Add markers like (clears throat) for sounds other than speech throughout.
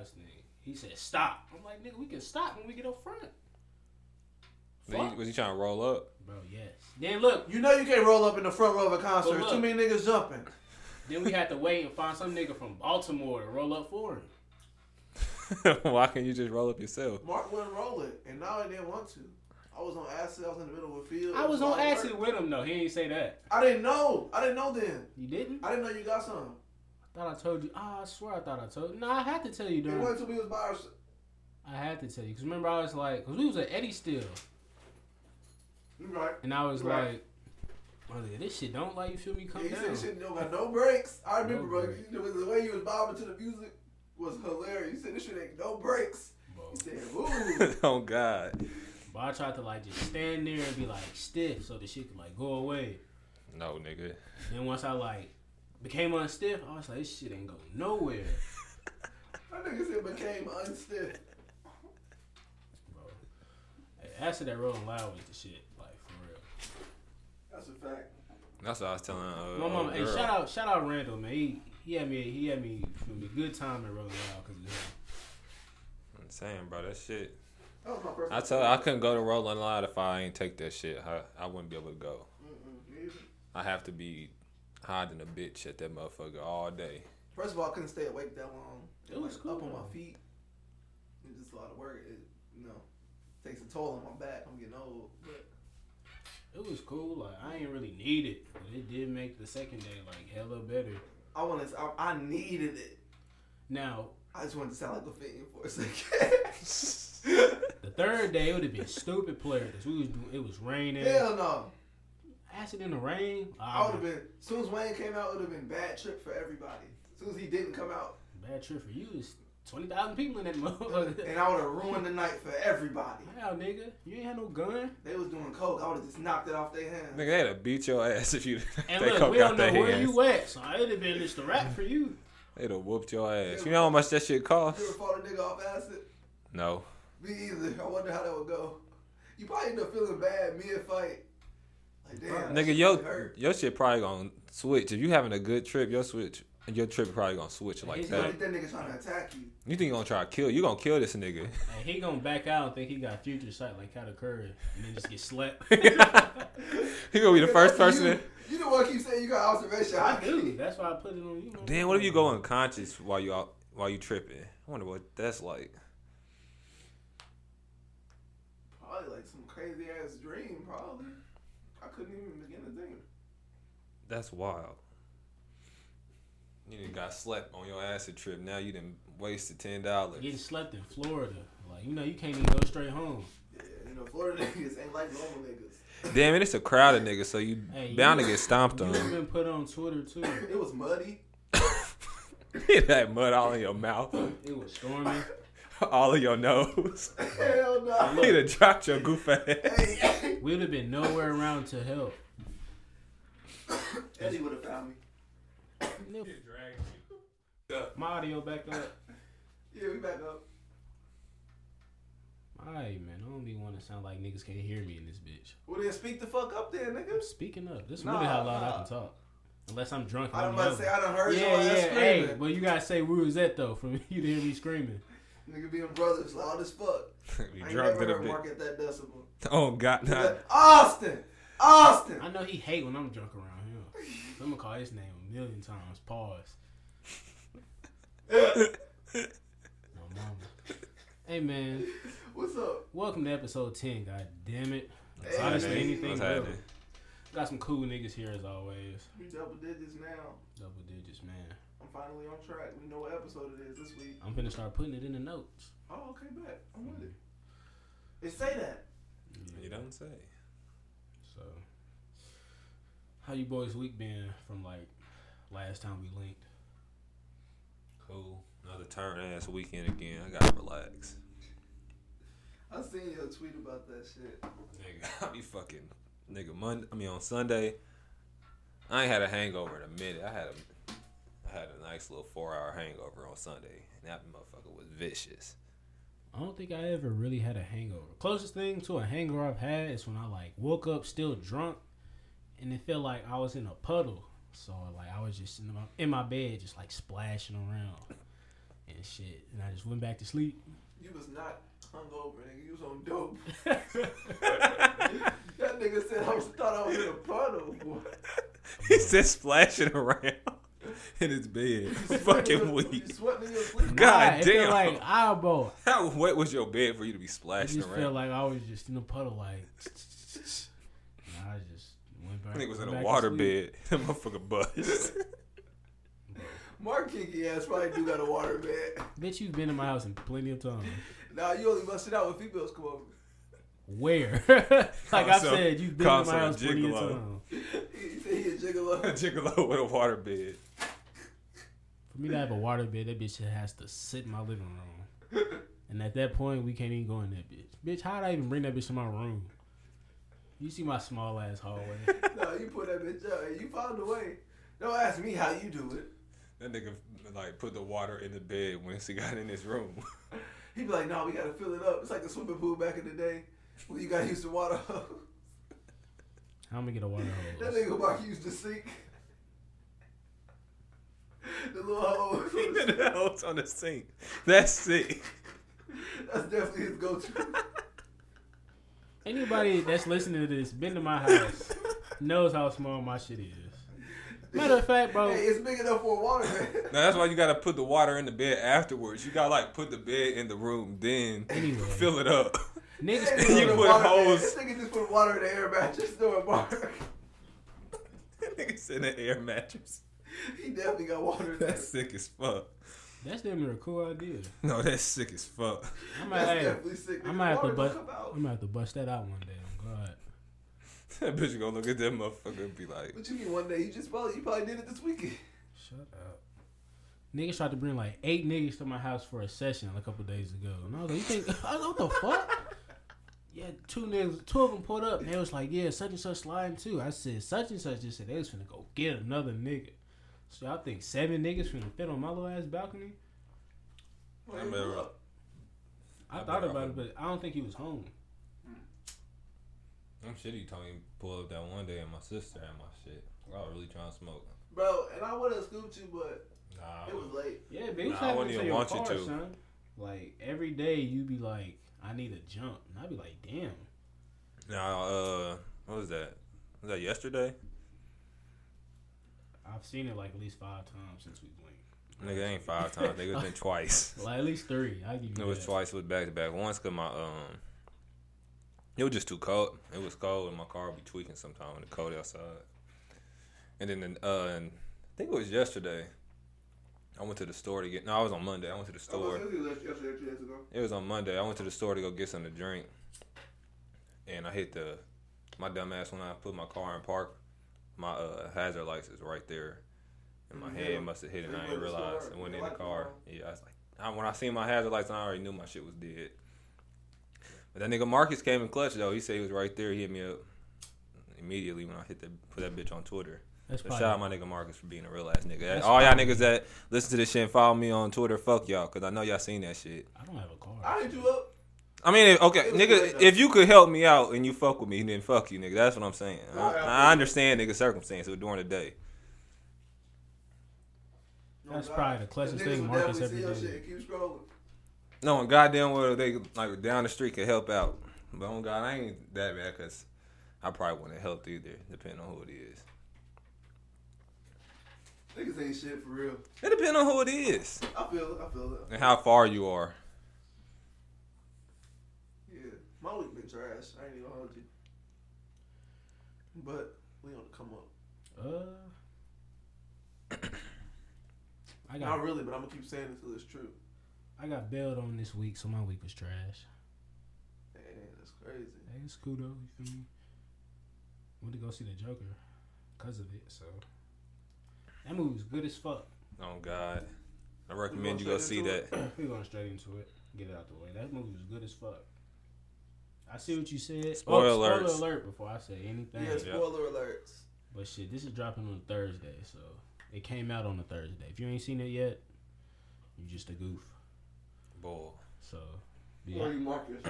this nigga. He said, stop. I'm like, nigga, we can stop when we get up front. Was he, was he trying to roll up? (laughs) Bro, yes. Then look, You know you can't roll up in the front row of a concert. But look. Too many niggas jumping. then we had to wait and find some nigga from Baltimore to roll up for him. Why can't you just roll up yourself? (laughs) Mark wouldn't roll it, and now he didn't want to. I was on acid. I was in the middle of a field. I was on Like, acid with him though. He ain't say that. I didn't know. I didn't know then. You didn't? I I didn't know you got some. thought I told you. Ah, I swear I thought I told you. No, I had to tell you, It dude. wasn't until we was by ourselves. I had to tell you because remember I was like, because we was at Eddie still, You right. and I was Right. like, oh, yeah, this shit don't like you feel me come Yeah, you down. said shit don't got no breaks. I remember, No bro. breaks. You know, the way you was bobbing to the music was hilarious. You said this shit ain't no breaks. Bro. You said, (laughs) ooh. oh God, But I tried to like just stand there and be like stiff so the shit could like go away. no, nigga. Then once I like became unstiff, I was like, this shit ain't going nowhere. That nigga said became unstiff. Bro. Hey, Acid that Rolling Loud was the shit, like for real. That's a fact. That's what I was telling. Uh, My mama, old hey, girl. shout out, shout out Randall, man. He, he had me, he had me, feel me, good time at Rolling Loud because I'm saying, bro, that shit. That was my first. I tell, I couldn't go to Rolling Loud if I ain't take that shit. I, I wouldn't be able to go. Mm-mm, me either. I have to be hiding a bitch at that motherfucker all day. First of all, I couldn't stay awake that long. It was Like, cool, Up on though. my feet. It's just a lot of work. It, you know, takes a toll on my back. I'm getting old. But it was cool. Like I ain't really need it, but it did make the second day like hella better. I want to. I, I needed it. Now I just wanted to sound like a fan for (laughs) a second. the third day it would have been stupid player because we was doing, it was raining. Hell no. Acid in the rain. I would Ah, have been. As soon as Wayne came out, it would have been bad trip for everybody. As soon as he didn't come out, bad trip for you. It's twenty thousand people in that (laughs) motherfucker. and I would have ruined the night for everybody. How nigga, you ain't had no gun. They was doing coke. I would have just knocked it off their hands. Nigga, they'd have beat your ass if you. (laughs) And they look, coke we don't out know their where hands. you at, so it'd have been just a wrap for you. They'd have whooped your ass. You know how much that shit cost? You ever fought a nigga off acid? No. Me either. I wonder how that would go. You probably end up feeling bad mid fight. Like damn, that Nigga, shit your hurt. your shit probably gonna switch. If you having a good trip, your switch your trip probably gonna switch like He's You that. think that nigga trying to attack you? You think you gonna try to kill? You gonna kill this nigga? (laughs) And he gonna back out and think he got future sight like Kyler Curry, and then just get (laughs) slept. he gonna be the Nigga, first fuck person. You, To, you the one keep saying you got observation. I I do. do. That's why I put it on you. know? Damn, what if you go unconscious while you out while you tripping? I wonder what that's like. Probably like some crazy ass dream. Probably. I couldn't even begin to think. That's wild. You done got slept on your acid trip. Now you done wasted ten dollars. Getting slept in Florida, like you know, you can't even go straight home. Yeah, you know, Florida (laughs) niggas ain't like normal niggas. Damn it, it's a crowded nigga, so you Hey, bound you- to get stomped You on. (laughs) (laughs) been put on Twitter too. It was muddy. (laughs) that mud all in your mouth, (laughs) It was storming. all in your nose. (laughs) Hell no. He done dropped your goof ass. (laughs) Hey, We'd have been nowhere around to help. Eddie would have found me. My audio back up. Yeah, we back up. Alright, man. I don't be want to sound like niggas can't hear me in this bitch. Well then speak the fuck up then, nigga. Speaking up, this is Nah, really how loud I nah. can talk. Unless I'm drunk. and I I'm done about to yelling. say I done heard your yeah, ass yeah. screaming. Hey, well, you gotta say where was that though, from you to hear me (laughs) screaming. Nigga being brothers loud as fuck. you I ain't drunk never in a heard bit. Mark at that decibel. Oh God, He's nah. like, Austin, Austin. I know he hate when I'm drunk around him. So I'm gonna call his name a million times. Pause. No mama. Hey man, What's up? welcome to episode ten. God damn it. It's Hey, honestly man. anything. What's Good. happening? Got some cool niggas here as always. We double digits now. Double digits, man. I'm finally on track. We know what episode it is this week. I'm finna start putting it in the notes. Oh, okay, bet. I'm with it. It say that. You don't say. So, how you boys week been from like last time we linked? Cool. Another turn ass weekend again. I gotta relax. I seen your tweet about that shit. Nigga, (laughs) I be fucking nigga Monday. I mean on Sunday, I ain't had a hangover in a minute. I had a, I had a nice little four hour hangover on Sunday, and that motherfucker was vicious. (laughs) I don't think I ever really had a hangover. Closest thing to a hangover I've had is when I like woke up still drunk, and it felt like I was in a puddle. So like I was just in my in my bed, just like splashing around, and shit, and I just went back to (laughs) sleep. (laughs) You was not hungover, nigga. You was on dope. (laughs) that nigga said I was thought I was in a puddle. boy. He's just splashing around (laughs) in his (laughs) bed. (laughs) Fucking You weak. (laughs) sweating in your sleep. God Nah, it damn. felt like elbow. How wet was your bed for you to be I splashing just felt around? like I was just in a puddle, like. (laughs) Nah, I just went back. I think it was in went a back to water sleep. bed. (laughs) That (laughs) motherfucker bust. Mark Kinky ass probably do got a water bed. Bitch, you've been in my house in plenty of (laughs) times. Nah, you only bust it out when females come over. (laughs) Where? (laughs) like I Call some- said, you've been call in my some house plenty of gigolo. times. He said he (laughs) a a gigolo. (laughs) gigolo with a water bed. For me to have a water bed, that bitch has to sit in my living room. And at that point, we can't even go in that bitch. Bitch, how'd I even bring that bitch to my room? You see my small ass hallway. nah, you put that bitch up and you found a way. Don't ask me how you do it. That nigga like put the water in the bed once he got in his room. (laughs) He be like, nah, we gotta fill it up. It's like a swimming pool back in the day. Well, you gotta use the water (laughs) hose. How am I gonna get a water hose? That nigga Mark used the sink. The little (laughs) hole. he did the hose on the sink. That's sick. That's definitely his go-to. Anybody that's listening to this, been to my house, knows how small my shit is. Matter of fact, bro, Hey, it's big enough for a water (laughs) bed. Now that's why you gotta put the water in the bed afterwards. You gotta like put the bed in the room, then Anyway. fill it up. (laughs) niggas Hey, can You the put water bed. hose- This nigga just put water in the air (laughs) mattress doing Mark. that nigga's in an air mattress. He definitely got water in there. That's sick as fuck. That's damn near a cool idea. No, that's sick as fuck. (laughs) I might, That's have, definitely sick. I nigga. might have to Water bust. come out. I might have to bust that out one day. oh I'm glad. That bitch gonna look at that motherfucker and be like, What you mean one day? You just probably you probably did it this weekend. Shut up. Niggas tried to bring like eight niggas to my house for a session a couple days ago, and I was like, "You think (laughs) I was like, what the fuck?" Yeah, two niggas, two of them pulled up, and they was like, "Yeah, such and such sliding too." I said, "Such and such," just said they was finna go get another nigga. So y'all think seven niggas finna fit on my little ass balcony? I remember. I, I thought bet I about it, would. but I don't think he was home. I'm shitty you told me to pull up that one day and my sister and my shit. We're all really trying to smoke. Bro, and I would have scooped you, but Nah. it was late. Yeah, but he was Nah, I nah, wouldn't to even your want you car, to. son. Like every day, you be like, "I need a jump," and I be like, "Damn." Now, uh, what was that? Was that yesterday? I've seen it like at least five times since we blinked. Nigga, it ain't five times. Nigga, it's been twice. Like at least three. I give you. It was that. twice. It was back to back. Once, cause my um, it was just too cold. It was cold, and my car would be tweaking sometime when it cold outside. And then, uh, and I think it was yesterday. I went to the store to get. No, I was on Monday. I went to the store. I was you left yesterday, two days ago. It was on Monday. I went to the store to go get something to drink, and I hit the my dumb ass when I put my car in park. My uh, hazard lights is right there, and my Yeah. head must have hit it. And I didn't It went in the realize store. it went It in the went car. Yeah, I was like, I, when I seen my hazard lights, I already knew my shit was dead. But that nigga Marcus came in clutch though. He said he was right there. He hit me up immediately when I hit that put that bitch on Twitter. That's So probably shout out my nigga Marcus for being a real ass nigga. That's All y'all fine. niggas that listen to this shit and follow me on Twitter, fuck y'all, cause I know y'all seen that shit. I don't have a car. I hit you up. I mean, if, okay, It was good, nigga, though. if you could help me out and you fuck with me, then fuck you, nigga. That's what I'm saying. I, Alright, I okay. understand nigga circumstances but during the day. That's Oh, God. probably the clutchest niggas thing would Marcus definitely see ever your did. Shit. Keep scrolling. No, and goddamn well, they like down the street could help out. But on God, I ain't that bad because I probably wouldn't have helped either, depending on who it is. Niggas ain't shit for real. It depends on who it is I feel it. I feel it. and how far you are. Yeah. My week been trash. I ain't even gonna hold you. But we on the come up. Uh, I Not got really, but I'm gonna keep saying it till it's true. I got bailed on this week, so my week was trash. Man, that's crazy. Hey, it's cool though. You feel me? Went to go see the Joker because of it. So that movie was good as fuck. (coughs) On Oh God, I We recommend you gonna go say see this that. to it? we going straight into it. Get it out the way. That movie was good as fuck. I see what you said. Spoiler oh, spoiler alerts. alert! Before I say anything, Yeah, spoiler alerts. But shit, this is dropping on Thursday, so it came out on a Thursday. If you ain't seen it yet, you're just a goof. Bull. So, Where yeah, you, Marcus?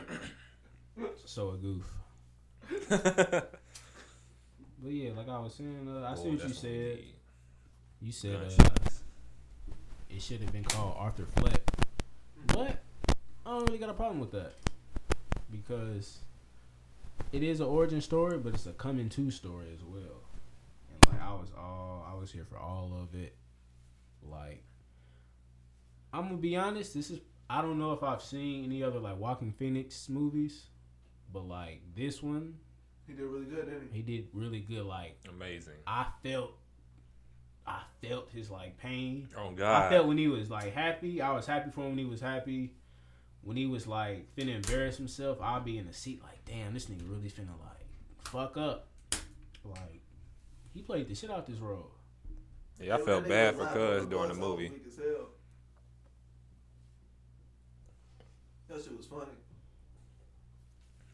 so a goof. But yeah, like I was saying, uh, I see Bull, what you Oh, that's we said. need. You said Nice. uh, it should have been called Arthur Fleck. But I don't really got a problem with that because it is an origin story, but it's a coming to story as well. And like I was all I was here for all of it. Like I'm gonna be honest, this is I don't know if I've seen any other like Walking Phoenix movies, but like this one, He did really good, didn't he? he did really good. Like Amazing. I felt, I felt his like pain. Oh I God. felt when he was like happy, I was happy for him when he was happy. When he was like finna embarrass himself, I'll be in the seat like, damn, this nigga really finna like fuck up. Like he played the shit out this role. yeah, I That felt nigga bad for was Cuz laughing during the at us. I was movie. weak as hell. That shit was funny.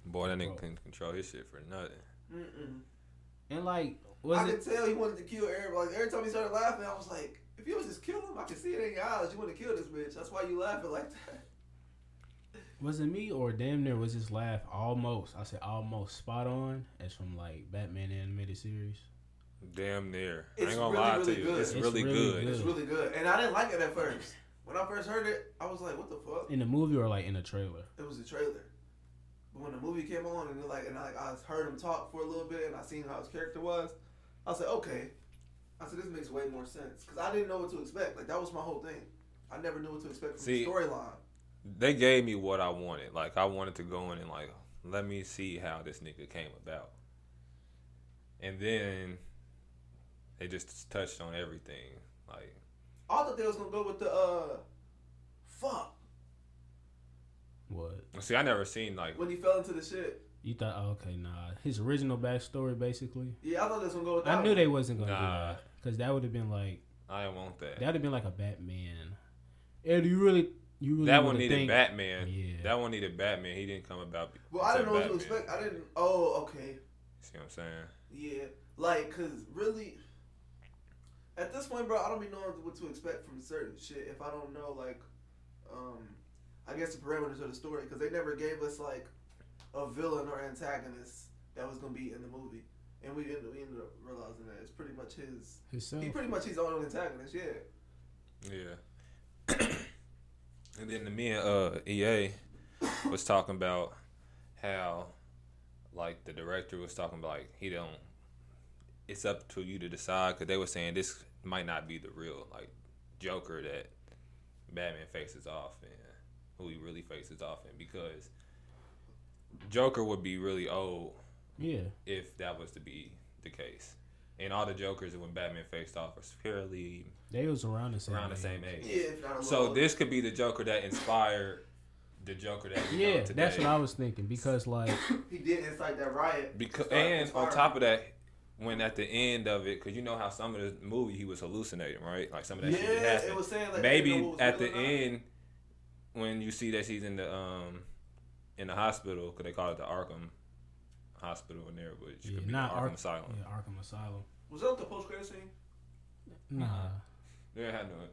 Boy, that Bro. nigga couldn't control his shit for nothing. Mm-mm. And like, I was could it? tell he wanted to kill everybody. Every time he started laughing, I was like, if you was just kill him, I could see it in your eyes. You want to kill this bitch. That's why you laughing like that. Was it me or damn near was his laugh almost? I said almost spot on as from like Batman animated series. Damn near. I It's ain't gonna really, lie really to you. good. It's, It's really, really good. good. It's really good. And I didn't like it at first. When I first heard it, I was like, what the fuck? In the movie or like in a trailer? It was a trailer. But when the movie came on and they're like and I like I heard him talk for a little bit and I seen how his character was, I said, okay. I said this makes way more sense because I didn't know what to expect. Like that was my whole thing. I never knew what to expect from See- the storyline. They gave me what I wanted. Like I wanted to go in and like let me see how this nigga came about. And then they just touched on everything. Like I thought they was gonna go with the uh, fuck What see, I never seen like when he fell into the shit. you thought? Oh, okay, nah. His original backstory, basically. Yeah, I thought they was gonna go with that. I knew one. they wasn't gonna Nah. do that because that would have been like. I didn't want that. That, That'd have been like a Batman. Ed, you really, you really. one wanna needed think- Batman. Yeah. That one needed Batman. He didn't come about. be- Well, I didn't know what to Batman. expect. I didn't. Oh, okay. See what I'm saying? Yeah, like, cause really, at this point, bro, I don't be knowing what to expect from certain shit if I don't know, like, um, I guess the parameters of the story, cause they never gave us like a villain or antagonist that was gonna be in the movie, and we ended, we ended up realizing that it's pretty much his. Himself. He pretty much his own antagonist, yeah. Yeah. and then me and uh, EA was talking about how, like, the director was talking about, like, he don't. It's up to you to decide because they were saying this might not be the real like Joker that Batman faces off in, who he really faces off in because Joker would be really old Yeah, if that was to be the case. And all the Jokers when Batman faced off are purely they was around the same. around the age. same age. Yeah, if not a So little- this could be the Joker that inspired the Joker that we know Yeah, today. that's what I was thinking because like (coughs) he did incite that riot. Because Start and on conspiring. top of that, when at the end of it, because you know how some of the movie he was hallucinating, right? Like some of that shit did yeah, happen. it was saying like they didn't know Maybe what was at the real or not. end, when you see that she's in the um in the hospital, because they call it the Arkham Hospital in there, which Yeah, could be not the Arkham Ark- Asylum. yeah, Arkham Asylum. was that the post credit scene? Nah, They didn't have no.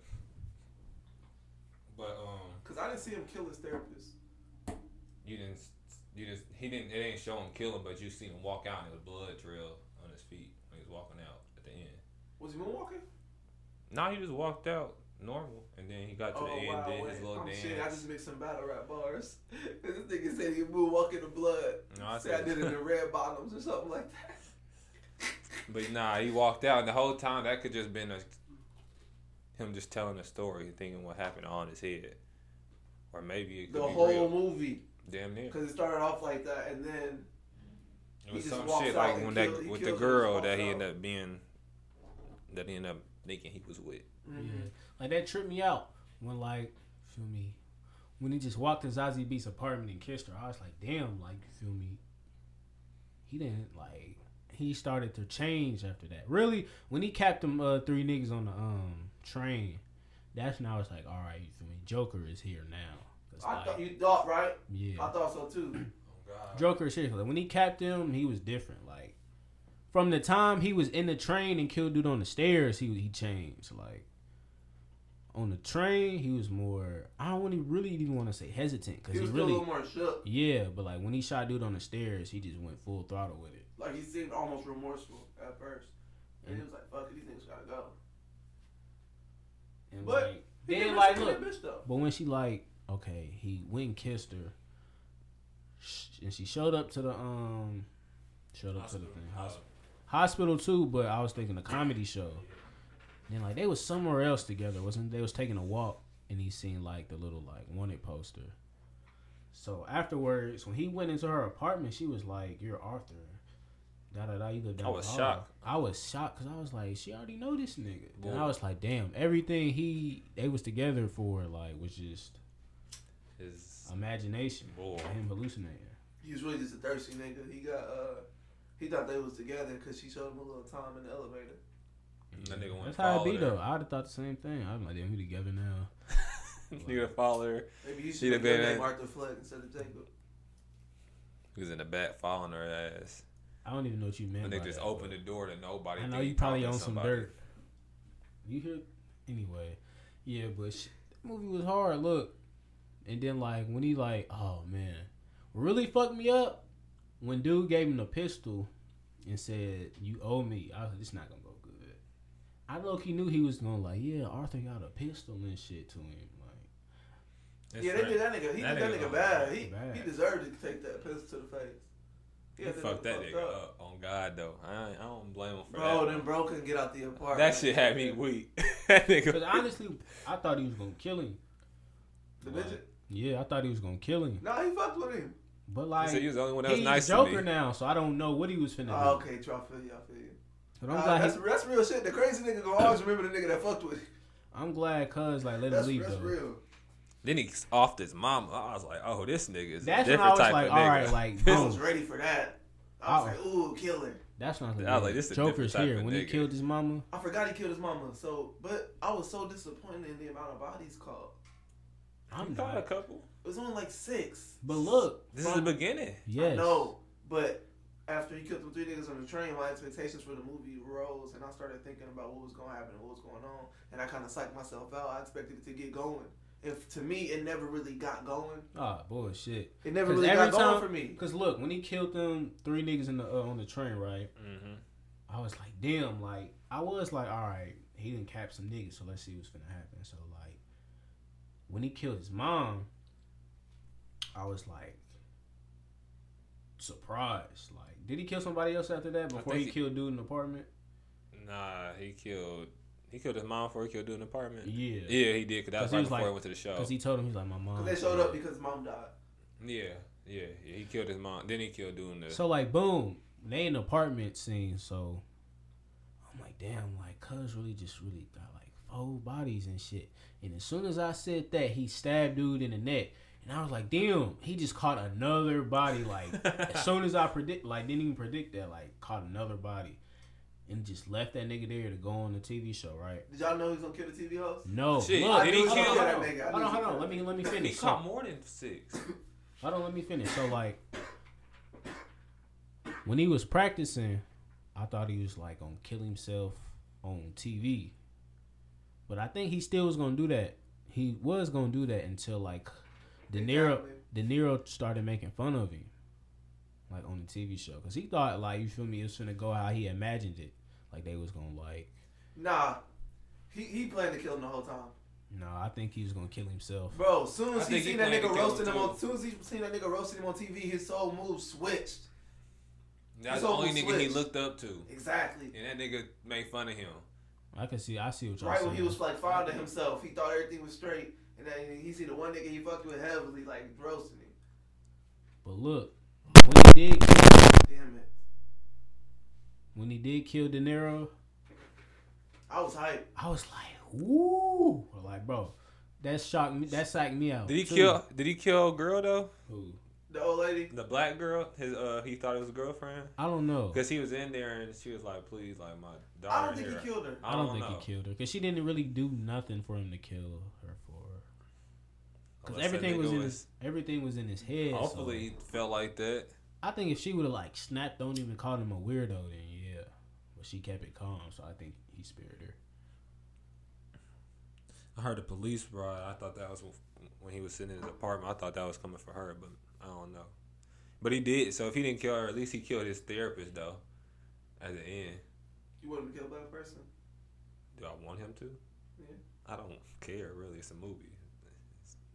But um, Cause I didn't see him kill his therapist. you didn't you just he didn't it ain't show him kill him but you see him walk out and it was blood trail on his feet when he was walking out at the end Was he moonwalking? now he just walked out normal and then he got to the end did his Oh, wait. little I'm dance shit, I just mixed some battle rap bars. (laughs) this nigga said he moonwalking the blood. No, I said I said- (laughs) did it in red bottoms or something like that. but nah he walked out and the whole time that could just been a, him just telling a story and thinking what happened on his head or maybe it The could be whole real movie, damn near because it started off like that, and then it was just some walks shit out like and when kill- that he with the kills her, girl just that he walks ended up being that he ended up thinking he was with mm-hmm. yeah, like that tripped me out when like feel me when he just walked in Zazie Beats apartment and kissed her. I was like, damn, like feel me. He didn't like. He started to change after that. Really, when he capped them uh, three niggas on the um train, that's when I was like, all right, you feel me? Joker is here now. 'Cause, I like, thought you thought right. yeah. I thought so (clears throat) too. oh god Joker seriously. Like, when he capped him, he was different. Like from the time he was in the train and killed dude on the stairs, he he changed. Like on the train, he was more. I don't want to really even want to say hesitant He because he was still a really little more shook. yeah. But like when he shot dude on the stairs, he just went full throttle with it. Like he seemed almost remorseful at first, and he Mm-hmm. was like, "Fuck it, these niggas gotta go." And But like He then didn't like listen to look, that bitch though. but when she like okay, he went and kissed her, sh- and she showed up to the um, showed up to the thing, hospital. hospital too. But I was thinking a comedy show. Then like they was somewhere else together, wasn't? They was taking a walk, and he seen like the little like wanted poster. So afterwards, when he went into her apartment, she was like, "You're Arthur." Da da da. You live down I the was hall." shocked. I was shocked because I was like, "She already know this nigga." And I Whoa. was like, "Damn!" Everything he they was together for like was just Is imagination. (laughs) Whoa. Him hallucinating. He was really just a thirsty nigga. He got uh, he thought they was together because she showed him a little time in the elevator. That nigga went That's how it be followed her. though. I'd have thought the same thing. I'm like, "Damn, we together now." nigga followed her. Maybe you He'd should have have been been named in- Arthur Fleck instead of Jacob. He was in the back following her ass. I don't even know what you meant. And they by just that, opened the door to nobody. uh, I know think you he probably talking on to some somebody. dirt. You hear? Anyway, yeah, but sh- that movie was hard. Look, and then like when he like, oh man, what really fucked me up when dude gave him the pistol and said, "You owe me." I was like, "This not gonna go good." I low key knew he was gonna like, yeah, Arthur got a pistol and shit to him. Like, That's yeah, they right. did that nigga. He That did that nigga nigga was bad. He bad. he deserved to take that pistol to the face. He had fucked that nigga fucked up. on God though. I, ain't- I don't blame him for Bro, that. then bro couldn't get out the apartment. that shit had me weak. (laughs) that because nigga. honestly, I thought he was gonna kill him. The midget. Yeah, I thought he was gonna kill him. No, he fucked with him. But (laughs) He like, said you was the only one that was he's nice Joker to me. now, so I don't know what he was finna do. Oh, okay, try feel you. I feel you. But I'm Nah, glad he- that's, that's real shit. The crazy nigga gonna always remember the nigga that fucked with him. I'm glad cuz like let That's, him leave that's though. real. Then he offed his mama. I was like, oh, this nigga is That's a when I different was type like, of all nigga. right, (laughs) like, This- I was ready for that. I was like, ooh, kill him. That's not I gonna was be like, it. this a different Joker's type here. of When he nigga. killed his mama, I forgot he killed his mama. So, but I was so disappointed in the amount of bodies caught. I'm He caught a not. couple. It was only like six. But look, This is the beginning. yes. No, but after he killed them three niggas on the train, my expectations for the movie rose, and I started thinking about what was gonna happen and what was going on, and I kind of psyched myself out. I expected it to get going. If to me, it never really got going. Ah, bullshit. It never 'Cause really got every going time- for me. Cause look, when he killed them three niggas in the uh, on the train, right? Mm-hmm. I was like, damn. Like I was like, all right, he didn't cap some niggas, so let's see what's gonna happen. So like, when he killed his mom, I was like surprised. Like, did he kill somebody else after that before think he he- killed dude in the apartment? Nah, he killed. He killed his mom before he killed dude in the apartment. Yeah. Uh, Yeah, he did. Cause that 'Cause was he right was before like- he went to the show. Because he told him, he's like, my mom. Cause they showed up because mom died. yeah, yeah, yeah. He killed his mom. Then he killed dude in the. (laughs) So, like, boom, they in the apartment scene. So, I'm like, damn, like, cuz really just really got like four bodies and shit. And as soon as I said that, he stabbed dude in the neck. And I was like, damn, he just caught another body. (laughs) Like, as soon as I predict, like, didn't even predict that, like, caught another body. And just left that nigga there to go on the TV show, right? Did y'all know he was gonna kill the TV host? No, Shit, look, did he hold on, kill hold that on, nigga? I hold knew on, hold he on, killed let me let me he (laughs) finish. So- caught more than six. Hold on, let me finish. So like, when he was practicing, I thought he was like gonna kill himself on TV, but I think he still was gonna do that. He was gonna do that until like De Niro, De Niro started making fun of him, like on the TV show, because he thought like you feel me, it was gonna go how he imagined it, like they was gonna like. Nah, he he planned to kill him the whole time. No, I think he was gonna kill himself. Bro, soon I as he think he seen that planned to nigga kill him roasting him, too. on, soon as he seen that nigga roasting him on TV, his soul move switched. That's It's the only almost nigga he switched. looked up to, Exactly. and that nigga made fun of him. I can see, I see what y'all Right saying. when he was like finding himself, he thought everything was straight, and then he see the one nigga he fucked with heavily, like roasting him. but look, when he did Damn it, when he did kill De Niro, I was hyped. I was like, "Woo!" Like, bro, that shocked me. That psyched me out. Did he too. kill? Did he kill a girl though? Who? The old lady. The black girl. His uh, he thought it was a girlfriend I don't know. because he was in there and she was like, "Please, like my daughter." I don't think here." he killed her. I don't, think he killed her because she didn't really do nothing for him to kill her for. Because Unless that everything was nigga in his everything was in his head. so- Hopefully, he felt like that. I think if she would have like snapped, don't even call him a weirdo, then yeah. But she kept it calm, so I think he spared her. I heard the police ride. I thought that was when he was sitting in his apartment. I thought that was coming for her, but I don't know. But he did. So if he didn't kill her, at least he killed his therapist though. At the end, You want him to kill a black person? do I want him to? Yeah. I don't care really. It's a movie. It's-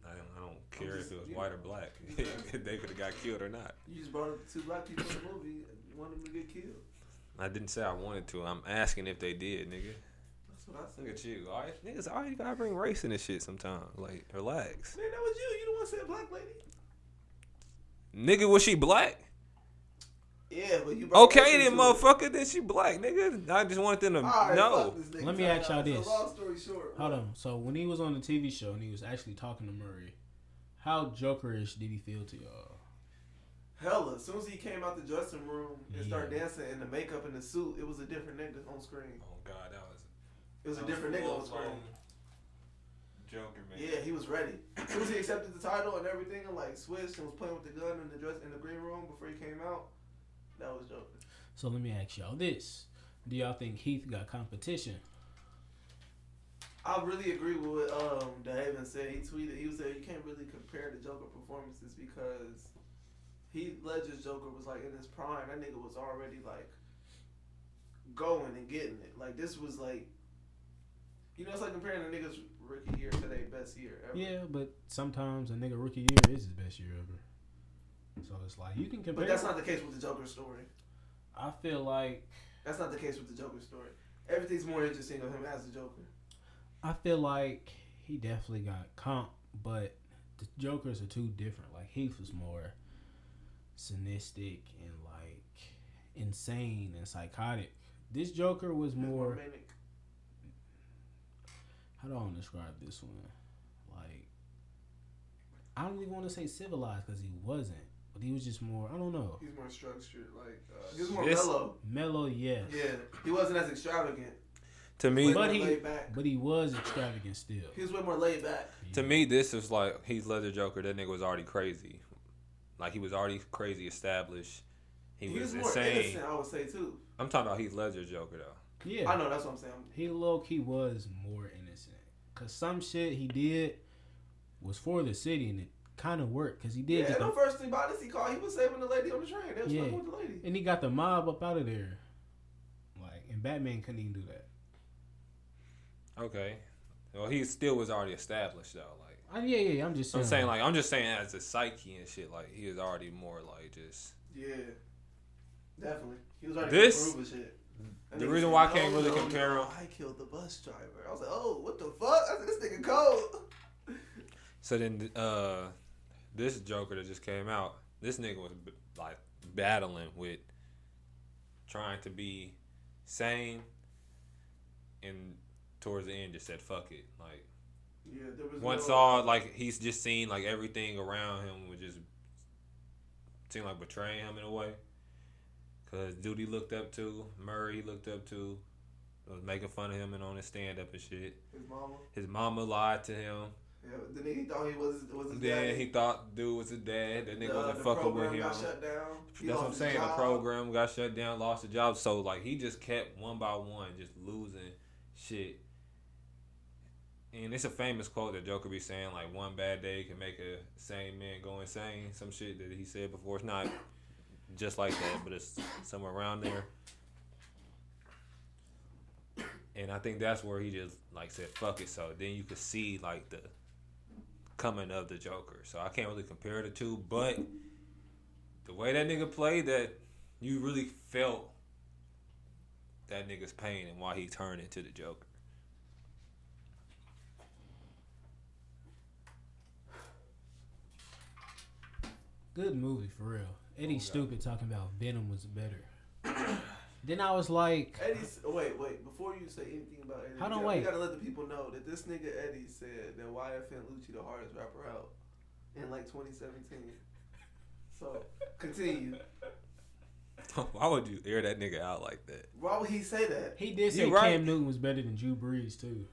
I don't, I don't care just- if it was you- white or black. (laughs) Exactly. they could have got killed or not. You just brought up two black people in the movie. and One of them to get killed. I didn't say I wanted to. I'm asking if they did, nigga. That's what I said. Look at you. All right, niggas, all you gotta bring race in this shit sometimes. Like, relax. Man, that was you. You the one said black lady. Nigga, was she black? Yeah, but you. brought race Okay, then, into it. motherfucker, then she black, nigga. I just wanted them to All right, know. fuck this nigga. Let me ask y'all So this. Long story short, Hold on. So when he was on the TV show and he was actually talking to Murray, how jokerish did he feel to y'all? Hella, as soon as he came out the dressing room and started Yeah. dancing in the makeup and the suit, it was a different nigga on screen. Oh God, that was. It was a different nigga on screen. Joker Yeah, he was ready. As soon as he accepted the title and everything, and like switched and was playing with the gun in the dress in the green room before he came out, that was Joker. So let me ask y'all this: Do y'all think Heath got competition? I really agree with what um, Dahaven said. He tweeted, he was saying you can't really compare the Joker performances because he Ledger's Joker was like in his prime. That nigga was already like going and getting it. Like this was like, you know, it's like comparing a nigga's rookie year to their best year ever. Yeah, but sometimes a nigga rookie year is his best year ever. So it's like you can compare. But that's not the case with the Joker story. I feel like That's not the case with the Joker story. Everything's more interesting of him as the Joker. I feel like he definitely got comp, but the Jokers are too different. Like Heath was more cynistic and like insane and psychotic. This Joker was He's more. manic. how do I want to describe this one? Like, I don't even want to say civilized because he wasn't, but he was just more. I don't know. He's more structured. Like uh, he was more This- mellow. Mellow, yes, Yeah, he wasn't as extravagant. To He me, was more But he- laid back. but he was extravagant still. He was way more laid back. to me, this is like he's Leather Joker. That nigga was already crazy. Like he was already crazy established. He, He was, was, more insane. innocent, I would say too. I'm talking about Heath Ledger Joker though. yeah, I know that's what I'm saying. he low key was more innocent because some shit he did was for the city and it kind of worked because he did Yeah, get and the the, first thing about this, he called. He was saving the lady on the train. They was Yeah. fucking with the lady. and he got the mob up out of there. Like, and Batman couldn't even do that. Okay. Well, he still was already established though. Like I, yeah, yeah, I'm just saying. I'm saying, like I'm just saying as a psyche and shit. Like he was already more like just. Yeah, definitely. He was already This- proving shit. the he reason said, why I can't really no, compare no, him- I killed the bus driver. I was like, oh, what the fuck? I said, this nigga cold. So then, uh, this Joker that just came out, this nigga was b- like battling with trying to be sane, and towards the end just said "fuck it." Like Yeah, there was once no, all like he's just seen like everything around him was just seemed like betraying him in a way. Cause dude he looked up to, Murray he looked up to, was making fun of him and on his stand up and shit. his mama. His mama lied to him. Yeah, the nigga he thought he was was his Then daddy. he thought dude was a dad. That nigga The- wasn't the fucking with program him. Got shut down. He That's what lost I'm his saying. The job. program got shut down, lost the job. So like he just kept one by one, just losing shit. And it's a famous quote that Joker be saying, like one bad day can make a sane man go insane. Some shit that he said before. It's not just like that, but it's somewhere around there. And I think that's where he just like said, "Fuck it." So then you could see like the coming of the Joker. So I can't really compare the two, but the way that nigga played that you really felt that nigga's pain and why he turned into the Joker. (laughs) Good movie for real. Eddie God. Stupid talking about Venom was better. (clears throat) then I was like, Eddie, s- wait, wait. Before you say anything about Eddie, Hold you on, gotta, wait. You gotta let the people know that this nigga Eddie said that YFN Lucci the hardest rapper out in like 2017. So continue. why would you air that nigga out like that? Why would he say that? he did say You right. Cam Newton was better than Drew Brees too.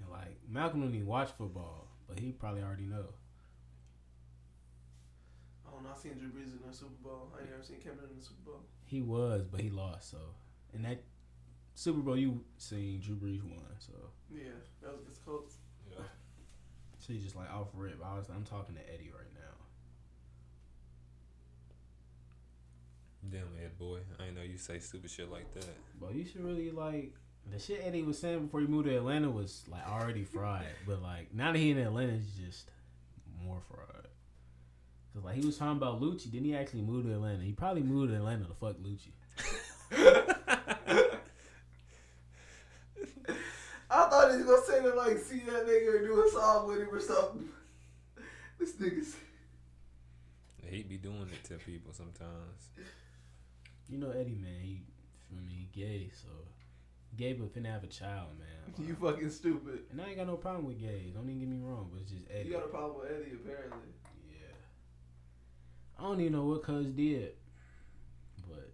And like Malcolm didn't even watch football, but he probably already know. I don't know. I seen Drew Brees in the Super Bowl. I ain't never seen Cam Newton in the Super Bowl. He was, but he lost. So, and that Super Bowl you seen Drew Brees won. So, Yeah, that was against Colts. she's just like off rip. I was, I'm talking to Eddie right now. Damn, head boy. I ain't know you say stupid shit like that. But you should really like The shit Eddie was saying before he moved to Atlanta was like already fried, but like now that he in Atlanta, it's just more fried. Cause like he was talking about Lucci, then he actually moved to Atlanta. He probably moved to Atlanta to fuck Lucci. I thought he was gonna say that like see that nigga and do a song with him or something. (laughs) This nigga's (laughs) he be doing it to people sometimes. You know Eddie, man, he for me he gay, so he gay but finna have a child, man. (laughs) you fucking stupid. and I ain't got no problem with gays. Don't even get me wrong, but it's just Eddie. You got a problem with Eddie apparently. Yeah. I don't even know what Cuz did, but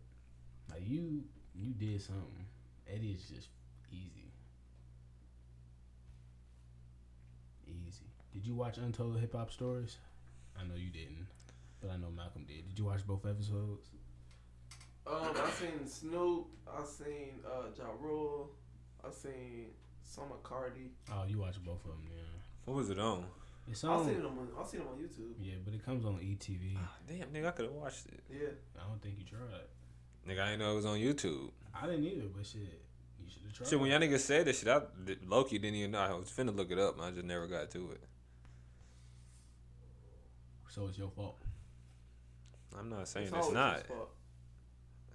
like you, you did something. Eddie is just easy, easy. Did you watch Untold Hip Hop Stories? I know you didn't, but I know Malcolm did. Did you watch both episodes? Um, I seen Snoop. I seen uh, Ja Rule. I seen Summer Cardi. Oh, you watched both of them, yeah. What was it on? It's I on, seen him on. I seen him on YouTube. yeah, but it comes on ETV. Ah, damn, nigga, I could have watched it. Yeah. I don't think you tried. Nigga, I didn't know it was on YouTube. I didn't either, but shit, you should have tried. Shit, when y'all niggas said this shit, I Loki didn't even know. I was finna look it up, and I just never got to it. so it's your fault. I'm not saying It's it's, always not. his fault.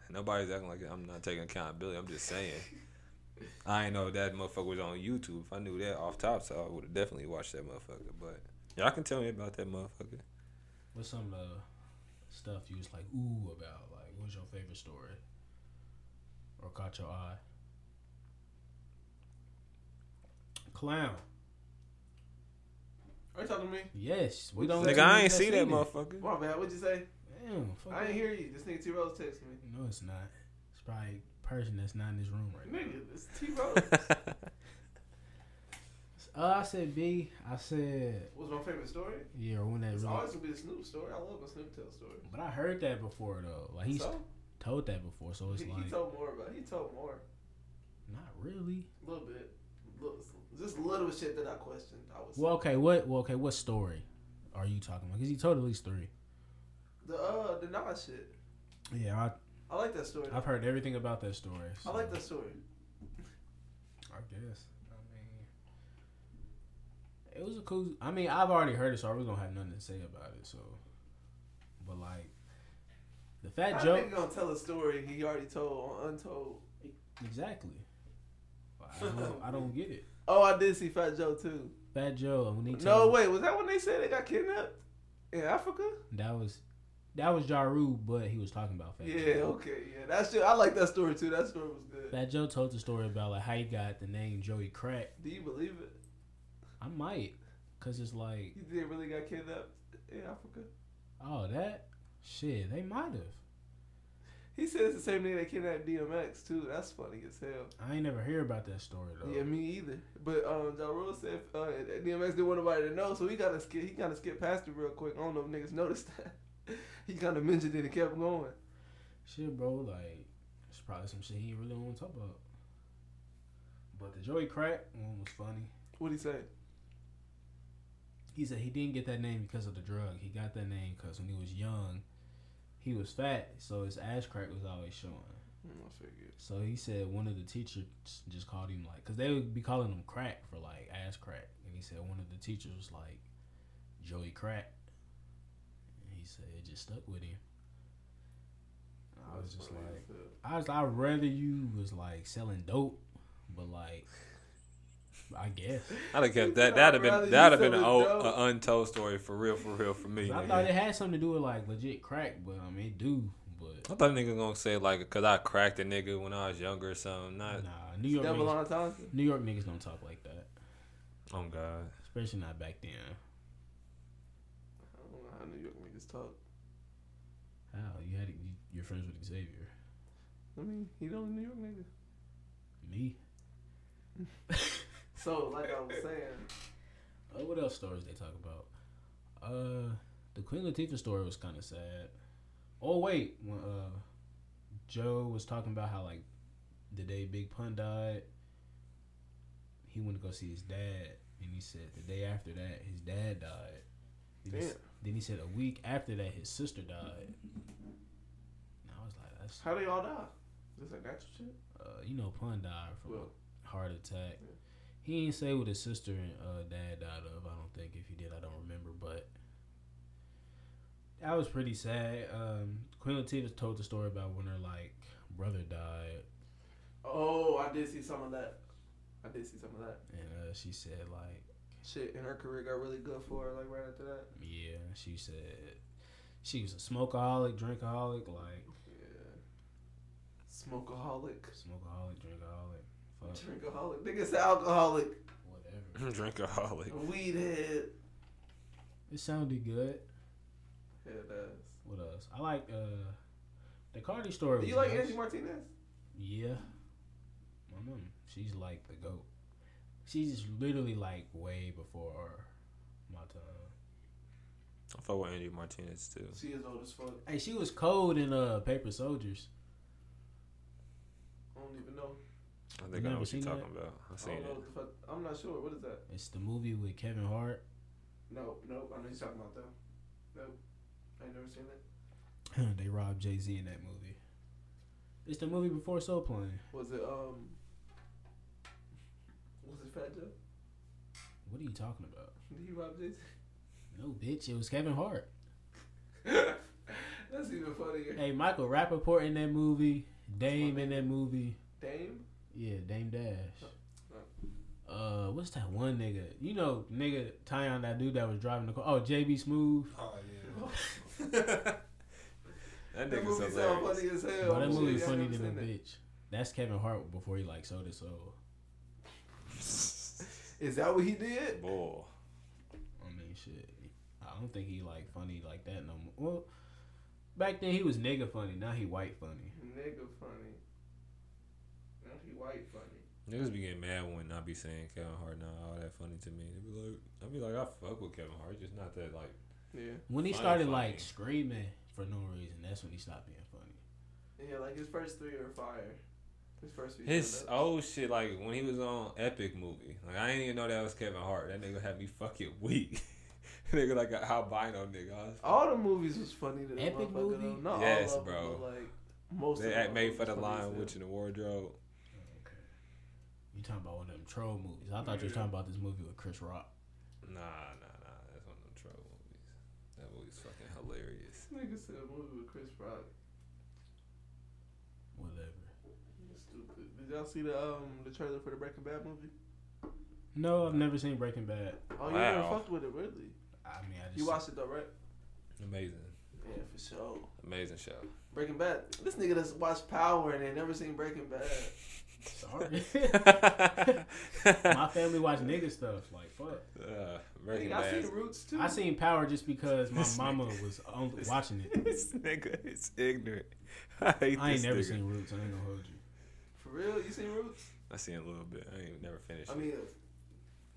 Nobody's acting like I'm not taking accountability. I'm just saying. I ain't know that motherfucker was on YouTube. If I knew that off top, so I would have definitely watched that motherfucker. But y'all can tell me about that motherfucker. What's some of the stuff you was like, ooh, about? Like, what's your favorite story? Or caught your eye? Clown. Are you talking to me? Yes. We don't Nigga, let I you ain't niggas see that it. (laughs) motherfucker. My bad. What'd you say? Damn. Fuck I didn't hear you. This nigga T Rose texted me. No, it's not. It's probably a person that's not in this room right now. Nigga, it's T (laughs) Rose. Uh, I said B. I said, What's my favorite story? yeah, or when that It's really. always gonna be the Snoop story. I love a Snoop tell story. But I heard that before, though. Like, he's so told that before, so it's he, like, he told more about. He told more. not really. A little bit. Little, just little shit that I questioned. I was Well, okay, what, well, okay, what story are you talking about? Because he told at least three. the uh the Nas shit. Yeah, I, I like that story. I've heard everything about that story. I so- like that story. I guess. I mean, it was a cool. I mean, I've already heard it, so I really don't have nothing to say about it. So, but like, the fat How joke. nigga gonna tell a story he already told on Untold? Exactly. I (laughs) don't, I don't get it. Oh, I did see Fat Joe too. Fat Joe. When he No, told- wait, was that when they said they got kidnapped in Africa? That was, that was Jaru, but he was talking about Fat. Yeah, Joe. okay, yeah. That shit, I like that story too. That story was good. Fat Joe told the story about like how he got the name Joey Crack. Do you believe it? I might, cause it's like, You did really got kidnapped in Africa? oh that, shit, they might have. He says the same thing they kidnapped DMX too. That's funny as hell. I ain't never hear about that story though. Yeah, me either. But um, Ja Rule said uh, DMX didn't want nobody to know, so he gotta skip. He gotta skip past it real quick. I don't know if niggas (laughs) noticed that. he kind of mentioned it and kept going. Shit, bro, like it's probably some shit he ain't really want to talk about. But the Joey Crack one was funny. What he say? He said he didn't get that name because of the drug. He got that name because when he was young, he was fat, so his ass crack was always showing. Hmm, Mm, I figured. So he said one of the teachers just called him like, cause they would be calling him crack for like ass crack, and he said one of the teachers was like Joey Crack. And he said it just stuck with him. I was That's just funny like. as hell. I was, I'd rather you was like selling dope, but like, I guess. I'd have kept that. I'd That'd have rather been you that'd have sell been an the old, dope. a uh, untold story for real, for real, for me. I nigga. thought it had something to do with like legit crack, but I mean, it do. But I thought nigga gonna say like, cause I cracked a nigga when I was younger or something. Not, nah, New York, Double niggas, entendre. New York niggas don't talk like that, oh god, (laughs) especially not back then. I don't know how New York niggas talk. How you had you, your friends with Xavier? I mean, he don't New York nigga. Me? So, like I (laughs) was saying, Uh, what else stories they talk about? Uh, the Queen Latifah story was kind of sad. Oh wait, when uh, Joe was talking about how like the day Big Pun died, he went to go see his dad, and he said the day after that his dad died. Then, He, s- Damn. then he said a week after that his sister died. And I was like, that's how they all die? Just like natural shit. uh, you know Pun died from Well, heart attack. He ain't say what his sister and uh, dad died of. I don't think. If he did, I don't remember. But that was pretty sad. Um, Queen Latifah told the story about when her like brother died, Oh, I did see some of that. I did see some of that. and uh, she said like, Shit, and her career got really good for her, like right after that. yeah, she said she was a smokeaholic, drinkaholic, like Yeah. Smokeaholic. smokeaholic, drinkaholic, fuck Drinkaholic. Nigga said alcoholic. whatever. Drinkaholic. Weed head. It sounded good. Head ass. What else? I like uh, the Cardi story. Do was you like nice. Angie Martinez? Yeah. My mom, she's like the GOAT. She's just literally like way before my time. I fuck with Angie Martinez too. She is old as fuck. Hey, she was cold in uh Paper Soldiers. I don't even know. I You think I never know what you're seen talking about. I I seen don't know it. what the fuck. I'm not sure. What is that? It's the movie with Kevin Hart. (clears throat) No, nope. I know you're talking about though. Nope. I ain't never seen it. they robbed Jay Z in that movie. It's the movie before Soul Plane. Was it um? Was it Fat Joe? (laughs) What are you talking about? Did he rob Jay-Z? No, bitch, it was Kevin Hart. (laughs) That's even funnier. Hey, Michael Rappaport in that movie. Dame in that movie. Dame. Yeah, Dame Dash. Uh, what's that one nigga? You know, nigga Tyon, that dude that was driving the car. Oh, JB Smooth. Oh (laughs) that that nigga's movie sound hilarious. funny as hell. Bro, that Shit, movie's y'all funny never than a seen it. bitch. That's Kevin Hart before he like sold his soul. (laughs) Is that what he did? Boy, I mean, shit. I don't think he like funny like that no more. Well, back then he was nigga funny. Now he white funny. Nigga funny. Now he white funny. niggas be getting mad when I be saying Kevin Hart not all that funny to me. They be like, I be like, I fuck with Kevin Hart, just not that like. Yeah. When he Funny, started funny. like screaming for no reason, that's when he stopped being funny. Yeah, like his first three are fire. His first three. His stand-ups. old shit, like when he was on Epic movie, like I didn't even know that was Kevin Hart. That nigga had me fucking weak. (laughs) nigga like an albino nigga. I was- All the movies was funny. To the Epic motherfucker, movie? though. Not Yes, all of bro. Them, but, like most. they of act them made was for the funny as line hell. witch in the wardrobe. Okay. You talking about one of them troll movies? I thought you were talking about this movie with Chris Rock. Nah, nah, nah. That's one of them troll movies. That movie's fucking hilarious. This nigga said a movie with Chris Rock. Whatever. Stupid. Did y'all see the um the trailer for the Breaking Bad movie? No, I've never seen Breaking Bad. Oh, you never Wow. fucked with it, really? I mean, I just You watched it though, right? Amazing, Yeah, for sure. amazing show. Breaking Bad. This nigga that's watched Power and they never seen Breaking Bad. (laughs) Sorry. my family watch nigga stuff. Like fuck. uh, Breaking Nigga, I Bad. seen Roots too. I seen Power just because my mama was only watching it. (laughs) this nigga is ignorant. (laughs) I hate I ain't this never nigga. seen Roots. I ain't gonna hold you. For real, you seen Roots? I seen a little bit. I ain't never finished. I it. mean,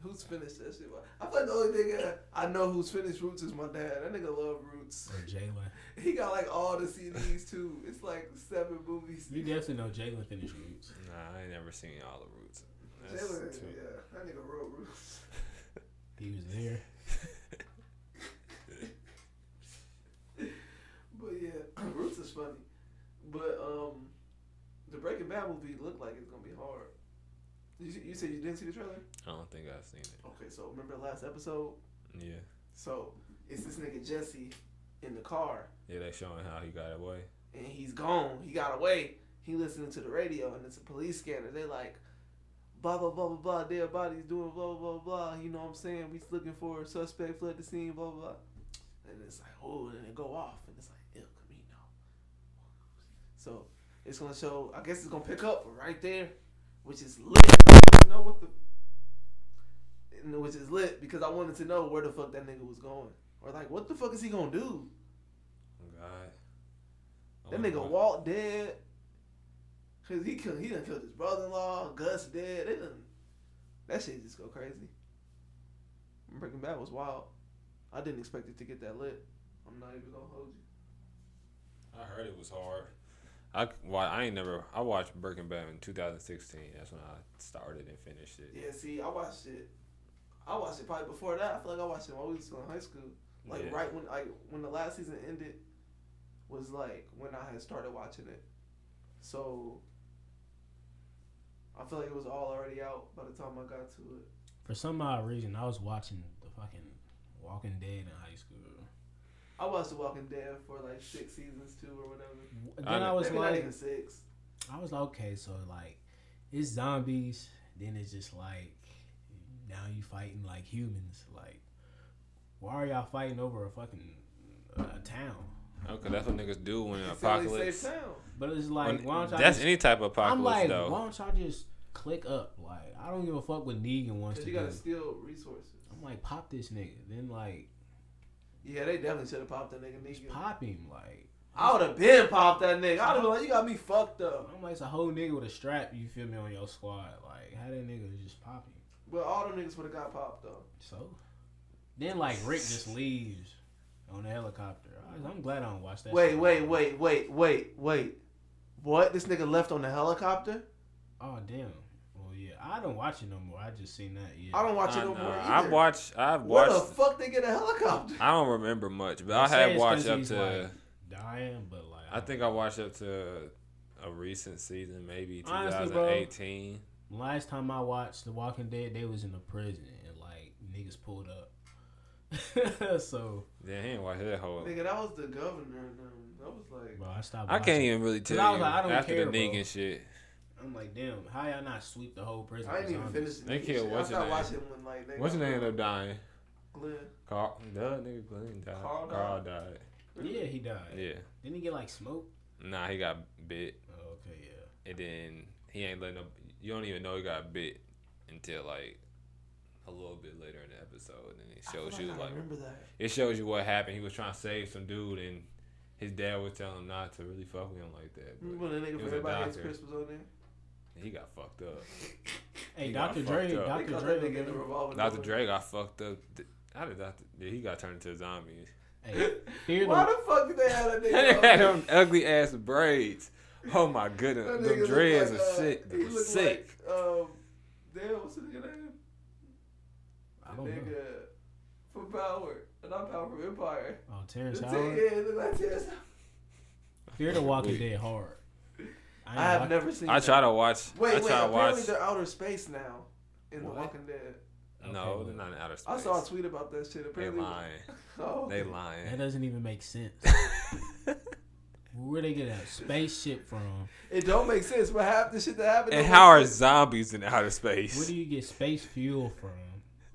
who's finished that shit? I feel like the only nigga I know who's finished Roots is my dad. That nigga love Roots. Or Jalen. He got like all the CDs too. It's like seven movies. You definitely know Jalen finished Roots. nah, I ain't never seen all the roots. That's Jalen, too- yeah, that nigga wrote Roots. He was there. But yeah, (clears throat) Roots is funny. But um, the Breaking Bad movie looked like it's gonna be hard. You, you said you didn't see the trailer? I don't think I've seen it. Okay, so remember the last episode? Yeah, So it's this nigga Jesse in the car. yeah. They showing how he got away. and he's gone. He got away. He listening to the radio, and it's a police scanner. They like, blah blah blah blah blah. Dead bodies doing blah blah blah blah. You know what I'm saying? We looking for a suspect. Fled the scene. Blah blah. blah. And it's like, oh, and it go off, and it's like, El Camino. So it's gonna show. I guess it's gonna pick up right there, which is lit. I wanted to know what the. and Which is lit because I wanted to know where the fuck that nigga was going, or like what the fuck is he gonna do? Oh, God. I That wonder nigga why- Walt dead. Cause he killed, he done killed his brother in law, Gus dead. They done, that shit just go crazy. Breaking Bad was wild. I didn't expect it to get that lit. I'm not even gonna hold you. I heard it was hard. I c- why I ain't never I watched Breaking Bad in 2016. That's when I started and finished it. Yeah, see, I watched it. I watched it probably before that. I feel like I watched it while we was still in high school. Like Yeah. right when like when the last season ended was like when I had started watching it. So I feel like it was all already out by the time I got to it. For some odd reason, I was watching the fucking Walking Dead in high school. I watched The Walking Dead for like six seasons too, or whatever. Then I I, know. was Maybe not like, even six. I was like, okay, so like, it's zombies. Then it's just like, now you fighting like humans. Like, why are y'all fighting over a fucking uh, town? Okay, that's what niggas do when an It's the only apocalypse. safe town. But it's like, when- why don't y'all? that's just, any type of apocalypse, I'm like, though. why don't y'all just click up? Like, I don't give a fuck what Negan wants Cause to you do. gotta steal resources. I'm like, pop this nigga. Then like, Yeah, they definitely should have popped that nigga. Negan. pop him. Like, I would have been popped that nigga. I'd have been like, you got me fucked up. I'm like, it's a whole nigga with a strap. You feel me on your squad? Like, how that nigga just pop him? But all them niggas would have got popped though. So then, like Rick (laughs) just leaves on the helicopter. I, I'm glad I don't watch that. wait, shit. wait, wait, wait, wait, wait. What? This nigga left on the helicopter? Oh damn. Well, yeah, I don't watch it no more. I just seen that. Yeah, I don't watch I it no know. more either. I've watched. I've Where the watched. fuck they get a helicopter? I don't remember much, but They I say had it's watched 'cause up he's, to. like, dying, but like I think I watched up to a recent season, maybe Honestly, bro. 2018. last time I watched The Walking Dead, they was in a prison and like niggas pulled up. (laughs) so, Then he ain't watched that whole. Nigga, that was the governor. and them. That was like, bro, I stopped. I watching. can't even really tell 'Cause I you was like, I don't after care, the bro. Negan shit. I'm like, damn, how y'all not sweep the whole prison? I for didn't even zombies? finish. the They nigga killed shit. what's I his stopped name? watching when like they What's got his name ended up dying? Glenn. Carl, duh, nigga, Glenn died. Carl died? Carl died. Yeah, he died. Yeah. Didn't he get like smoked? Nah, he got bit. Oh, okay, yeah. and then he ain't letting up. You don't even know he got bit until like a little bit later in the episode, and it I feel shows you I like remember that. it shows you what happened. He was trying to save some dude, and his dad was telling him not to really fuck with him like that. But Remember when that nigga was from a Everybody Hates doctor. Chris was on there? he got fucked up. Hey, He Dr. got fucked Dre, up. They Dr. caught Dre, that nigga in the remember- revolving Dr. door. Dre got fucked up. Th- How did Dr. Dre- He got turned into a (laughs) zombie. (laughs) hey, Fear Why the, the fuck did they have that They (laughs) nigga? on had there? them ugly ass braids. Oh my goodness, That the nigga dreads looked are like, uh, sick. They he were looked sick. Like, um, damn, what's his nigga name? I The don't know. nigga from Power, and I'm Power from Empire. Oh, The Terrence t- Howard. yeah, he look like Terrence Howard. Fear the Walking Wait. Dead hard. I, ain't I have watch- never seen. I that. try to watch. Wait, I wait. try to Apparently, watch. they're outer space now in What? The Walking Dead. No, Okay, they're well, not in outer space. I saw a tweet about that shit. They Apparently, lying. Oh, They That (laughs) lying. (laughs) doesn't even make sense. Where they get that spaceship from? it don't make sense. But half the shit that happened. and don't how are make sense. zombies in outer Where space? do you get space fuel from? (laughs)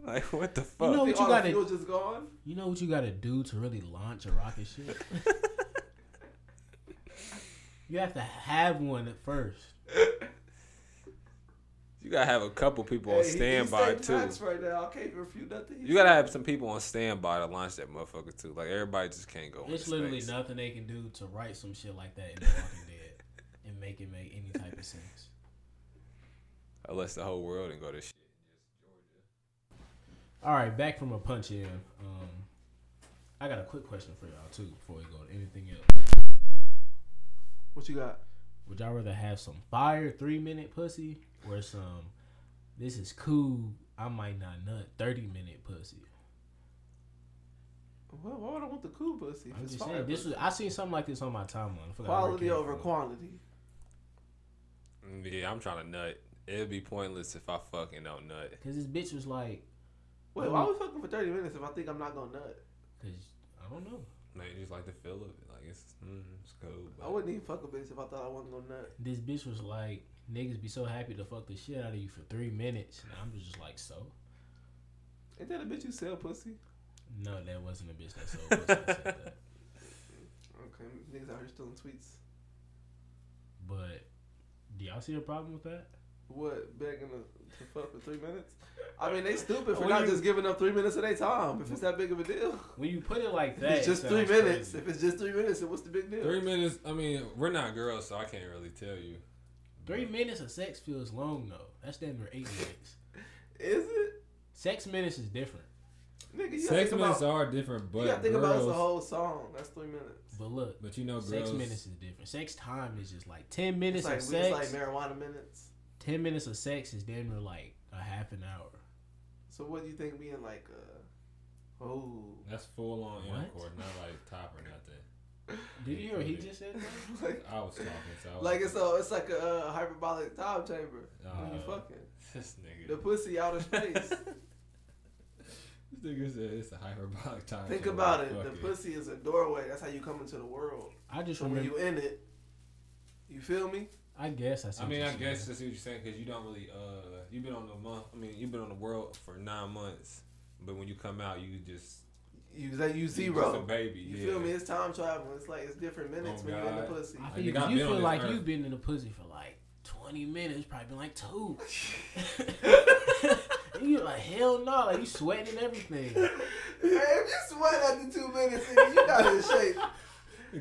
Like what the You know fuck? what All the gotta- fuel just gone? You know what you gotta do to really launch a rocket ship? you have to have one at first. You gotta have a couple people on Hey, he- standby he's stating too. facts Right now, I can't refute nothing. he You gotta have some people on standby to launch that motherfucker too. Like everybody just can't go. There's into literally space. nothing they can do to write some shit like that in The Walking Dead and make it make any type of sense. unless the whole world and go to shit. All right, back from a punch in. Um, I got a quick question for y'all too before we go to anything else. What you got? Would y'all rather have some fire three minute pussy or some this is cool, I might not nut thirty minute pussy? Well, why would I want the cool pussy? if I'm it's just fire saying this pussy? was I seen something like this on my timeline. I forgot where it quality came over from. quantity. Mm, Yeah, I'm trying to nut. It'd be pointless if I fucking don't nut. Cause this bitch was like, Wait, why we fucking for thirty minutes if I think I'm not gonna nut? cause I don't know. Like you just like the feel of it. Like it's mm, it's cool. I But wouldn't even fuck a bitch if I thought I wasn't gonna nut. This bitch was like, niggas be so happy to fuck the shit out of you for three minutes, and I'm just like, so. Ain't that a bitch you sell pussy? No, that wasn't a bitch that sold pussy. that said (laughs) that. Okay, niggas out here stealing tweets. But do y'all see a problem with that? What begging to, to fuck for three minutes? I mean, they stupid for When not you- just giving up three minutes of their time. If it's that big of a deal, (laughs) When you put it like If that, it's it just three sounds minutes. crazy. If it's just three minutes, then what's the big deal? three minutes. I mean, we're not girls, so I can't really tell you. Three minutes of sex feels long though. That's damn near eight minutes. Is it? Sex minutes is different. Nigga, you gotta Sex think minutes about. are different, but You gotta think girls, about it's a whole song. That's three minutes. But look, But you know, sex girls. minutes is different. Sex time is just like ten minutes Oh, It's like, of it's sex. like marijuana minutes. ten minutes of sex is damn near like a half an hour. So what do you think being like? Uh, oh, That's full on What? intercourse, not like top or nothing. Did you hear what he just said? (laughs) man? like, I was talking, so (laughs) I was like it's a, it's like a uh, hyperbolic time chamber. when you Uh, fucking This nigga. the pussy (laughs) out of (laughs) space. This nigga said it's a hyperbolic time. Think chamber. about it. Fuck The pussy is a doorway. That's how you come into the world. I just So when remember. you in it, you feel me? I guess I. see I what mean, you're I guess saying. that's what you're saying because you don't really. Uh, you've been on the month. I mean, you've been on the world for nine months, but when you come out, you just You that you you just a zero. baby. You yeah. feel me? It's time travel. It's like it's different minutes Oh, when you're in the God. pussy. I (laughs) Like, feel nigga, I've you been on feel this like earth. you've been in the pussy for like twenty minutes, probably been like two. (laughs) and you're like, hell no, like you sweating and everything. Yeah, if you sweat after two minutes, nigga, you not in shape.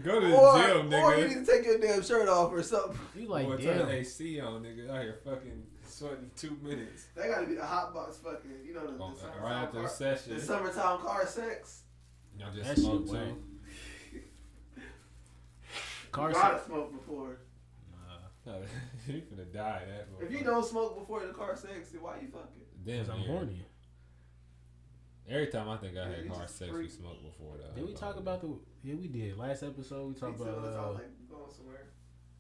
Go to the Or, gym, or you nigga. need to take your damn shirt off or something. (laughs) You like, Boy, turn damn. the AC on, nigga. Out here fucking sweating two minutes. That gotta be the hot box fucking, you know, the, Oh, the, summertime, right after the car, session. the summertime car sex. Y'all That just shit smoke (laughs) whack. too. Car you sex. gotta smoke before. No, you finna die that If you don't smoke before the car sex, then why you fucking? Damn, Because I'm horny. Every time I think I Yeah, you had car just sex, we freak. smoked before though. Did we talk about the? Yeah, we did. Last episode, we talked Me too, about. unless I'm Uh, like going somewhere.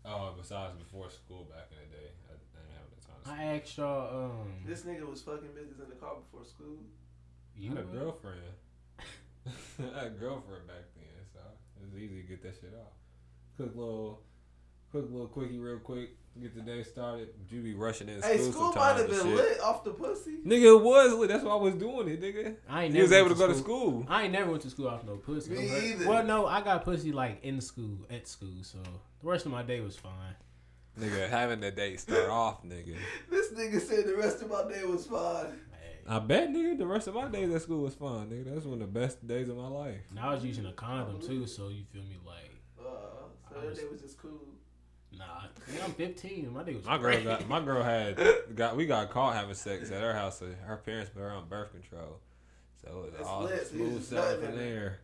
Oh, besides before school back in the day, I, I didn't have the time. to I asked y'all. Um, This nigga was fucking bitches in the car before school. you I had a were? girlfriend. I had a girlfriend (laughs) back then, so it was easy to get that shit off. Quick little, quick little quickie, real quick, get the day started. You be rushing in Hey, school, school might sometimes have and been shit. lit off the pussy. (laughs) Nigga, it was lit. That's why I was doing it, nigga. I ain't You was never able to went go to school. I ain't never went to school off no pussy. Me I'm hurt. either. Well, no, I got pussy like in school, at school, so the rest of my day was fine. Nigga, having the day start off, nigga. This nigga said the rest of my day was fine. Hey, I bet, nigga, the rest of my days at school was fun, nigga. That's one of the best days of my life. and I was using a condom too, so you feel me? Like, Uh, so I that was- day was just cool. nah, nigga, I'm 15. My day was My girl great. got (laughs) my girl had got we got caught having sex at her house. So her parents put her on birth control, so it was That's all lit, so you smooth just sailing nutting from in it. there.